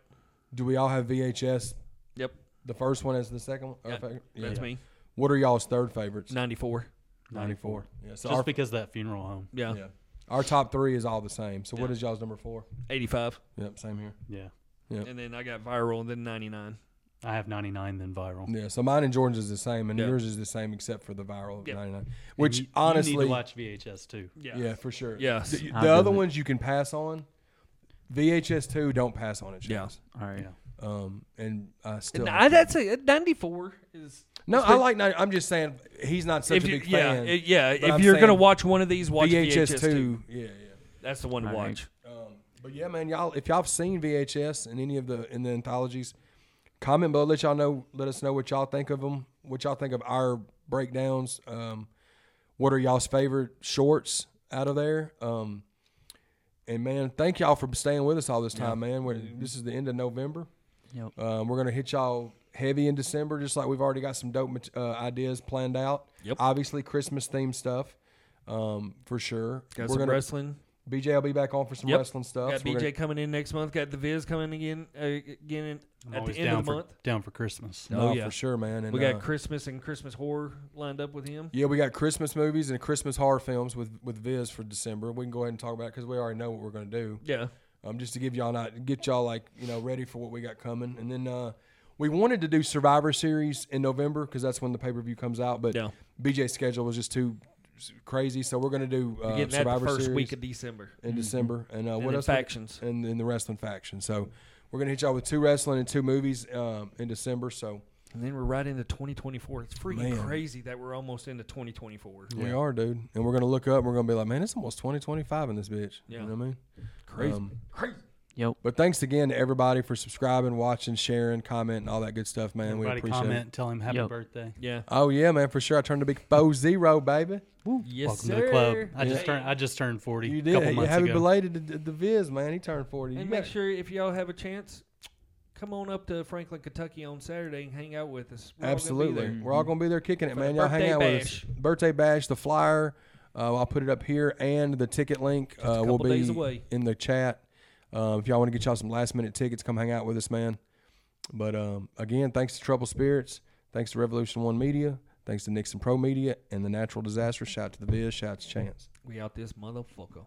[SPEAKER 1] Do we all have VHS?
[SPEAKER 2] Yep.
[SPEAKER 1] The first one as the second one. Our
[SPEAKER 2] Yeah,
[SPEAKER 1] favorite? Yeah.
[SPEAKER 2] That's me.
[SPEAKER 1] What are y'all's third favorites?
[SPEAKER 2] Ninety four.
[SPEAKER 1] Ninety four. Yeah. So
[SPEAKER 4] Just
[SPEAKER 1] our,
[SPEAKER 4] because of that funeral home.
[SPEAKER 2] Yeah.
[SPEAKER 1] yeah. Our top three is all the same. So what is y'all's number four?
[SPEAKER 2] Eighty five.
[SPEAKER 1] Yep, same here.
[SPEAKER 4] Yeah.
[SPEAKER 1] Yep.
[SPEAKER 2] And then I got viral and then ninety nine.
[SPEAKER 4] I have 99 then viral.
[SPEAKER 1] Yeah, so mine and Jordan's is the same, and
[SPEAKER 2] Yeah.
[SPEAKER 1] yours is the same except for the viral of
[SPEAKER 2] Yep.
[SPEAKER 1] 99, which
[SPEAKER 4] You- you
[SPEAKER 1] honestly,
[SPEAKER 4] need to watch VHS too.
[SPEAKER 2] Yeah.
[SPEAKER 1] yeah, for sure.
[SPEAKER 2] Yes.
[SPEAKER 1] The,
[SPEAKER 3] I
[SPEAKER 1] the other
[SPEAKER 3] believe it.
[SPEAKER 1] ones you can pass on. VHS two, don't pass on it. James.
[SPEAKER 3] All right.
[SPEAKER 4] Yeah.
[SPEAKER 1] Um, and I still.
[SPEAKER 2] And I, that's a ninety four is
[SPEAKER 1] no, I like. nine- I'm just saying he's not such
[SPEAKER 2] if
[SPEAKER 1] a
[SPEAKER 2] you,
[SPEAKER 1] big
[SPEAKER 2] yeah
[SPEAKER 1] fan.
[SPEAKER 2] it- yeah
[SPEAKER 1] but
[SPEAKER 2] if
[SPEAKER 1] I'm
[SPEAKER 2] you're gonna
[SPEAKER 1] saying
[SPEAKER 2] watch one of these watch
[SPEAKER 1] VHS,
[SPEAKER 2] VHS,
[SPEAKER 1] two.
[SPEAKER 2] two.
[SPEAKER 1] Yeah,
[SPEAKER 2] That's the one to
[SPEAKER 3] All right.
[SPEAKER 2] watch.
[SPEAKER 1] yeah. Um, but yeah, man, y'all, if y'all have seen VHS in any of the in the anthologies, comment below. Let y'all know. Let us know what y'all think of them. What y'all think of our breakdowns. Um, what are y'all's favorite shorts out of there? Um, and man, thank y'all for staying with us all this time, man. We're, this is the end of November.
[SPEAKER 3] Yep.
[SPEAKER 1] Um, we're gonna hit y'all heavy in December, just like we've already got some dope mat- uh, ideas planned out.
[SPEAKER 2] Yep.
[SPEAKER 1] Obviously, Christmas theme stuff, um, for sure.
[SPEAKER 2] Got
[SPEAKER 1] we're
[SPEAKER 2] some
[SPEAKER 1] gonna
[SPEAKER 2] wrestling.
[SPEAKER 1] BJ will be back on for some
[SPEAKER 2] Yep.
[SPEAKER 1] wrestling stuff.
[SPEAKER 2] Got
[SPEAKER 1] So we're
[SPEAKER 2] BJ
[SPEAKER 1] gonna-
[SPEAKER 2] coming in next month. Got the Viz coming again uh, again in,
[SPEAKER 4] I'm
[SPEAKER 2] at
[SPEAKER 4] always
[SPEAKER 2] the end
[SPEAKER 4] down
[SPEAKER 2] of the
[SPEAKER 4] for,
[SPEAKER 2] month.
[SPEAKER 4] Down for Christmas.
[SPEAKER 2] Oh,
[SPEAKER 1] no,
[SPEAKER 2] yeah.
[SPEAKER 1] for sure, man. And,
[SPEAKER 2] We got
[SPEAKER 1] uh,
[SPEAKER 2] Christmas and Christmas horror lined up with him.
[SPEAKER 1] yeah, we got Christmas movies and Christmas horror films with with Viz for December. We can go ahead and talk about because we already know what we're gonna do.
[SPEAKER 2] Yeah.
[SPEAKER 1] um, just to give y'all not get y'all like you know ready for what we got coming. And then uh, we wanted to do Survivor Series in November because that's when the pay per view comes out. But
[SPEAKER 2] Yeah.
[SPEAKER 1] BJ's schedule was just too s- crazy, so we're gonna do uh,
[SPEAKER 2] Getting that
[SPEAKER 1] Survivor
[SPEAKER 2] the first
[SPEAKER 1] Series
[SPEAKER 2] week of December.
[SPEAKER 1] in December. And, uh,
[SPEAKER 2] And
[SPEAKER 1] what
[SPEAKER 2] then
[SPEAKER 1] else? we-
[SPEAKER 2] factions.
[SPEAKER 1] and in the wrestling faction. So we're gonna hit y'all with two wrestling and two movies um, in December. So
[SPEAKER 2] And then we're right into 2024. It's freaking
[SPEAKER 1] Man.
[SPEAKER 2] crazy that we're almost into 2024.
[SPEAKER 1] we are, dude. And we're gonna look up. and We're gonna be like, man, it's almost twenty twenty five in this bitch.
[SPEAKER 2] Yeah.
[SPEAKER 1] You know what I mean?
[SPEAKER 2] Crazy.
[SPEAKER 1] Um,
[SPEAKER 2] crazy.
[SPEAKER 3] Yep.
[SPEAKER 1] But thanks again to everybody for subscribing, watching, sharing, commenting, all that good stuff, man.
[SPEAKER 4] Everybody
[SPEAKER 1] we appreciate
[SPEAKER 4] comment, tell him happy
[SPEAKER 3] Yep.
[SPEAKER 4] birthday.
[SPEAKER 2] Yeah.
[SPEAKER 1] it. Oh yeah, man, for sure. I turned a big four zero, baby.
[SPEAKER 2] Yes,
[SPEAKER 4] Welcome
[SPEAKER 2] sir.
[SPEAKER 4] to the club. I
[SPEAKER 1] Yeah.
[SPEAKER 4] just turned I just turned forty
[SPEAKER 1] You
[SPEAKER 4] a
[SPEAKER 1] did.
[SPEAKER 4] couple
[SPEAKER 1] You
[SPEAKER 4] months
[SPEAKER 1] happy
[SPEAKER 4] ago.
[SPEAKER 1] belated to the, the Viz, man. He turned forty.
[SPEAKER 2] And
[SPEAKER 1] You
[SPEAKER 2] make
[SPEAKER 1] got-
[SPEAKER 2] sure if y'all have a chance, come on up to Franklin, Kentucky on Saturday and hang out with us. We're all gonna be
[SPEAKER 1] Absolutely.
[SPEAKER 2] there.
[SPEAKER 1] We're all gonna be there kicking it,
[SPEAKER 2] For
[SPEAKER 1] man.
[SPEAKER 2] the
[SPEAKER 1] Y'all hang
[SPEAKER 2] birthday
[SPEAKER 1] out
[SPEAKER 2] bash.
[SPEAKER 1] with us. Birthday bash, the flyer. Uh, I'll put it up here, and the ticket link uh, will
[SPEAKER 2] couple
[SPEAKER 1] be
[SPEAKER 2] days away.
[SPEAKER 1] in the chat. Um, if y'all want to get y'all some last minute tickets, come hang out with us, man. But um, again, thanks to Trouble Spirits, thanks to Revolution One Media, thanks to Nixon Pro Media, and the Natural Disaster. Shout to the Viz, shout to Chance.
[SPEAKER 2] We out this motherfucker.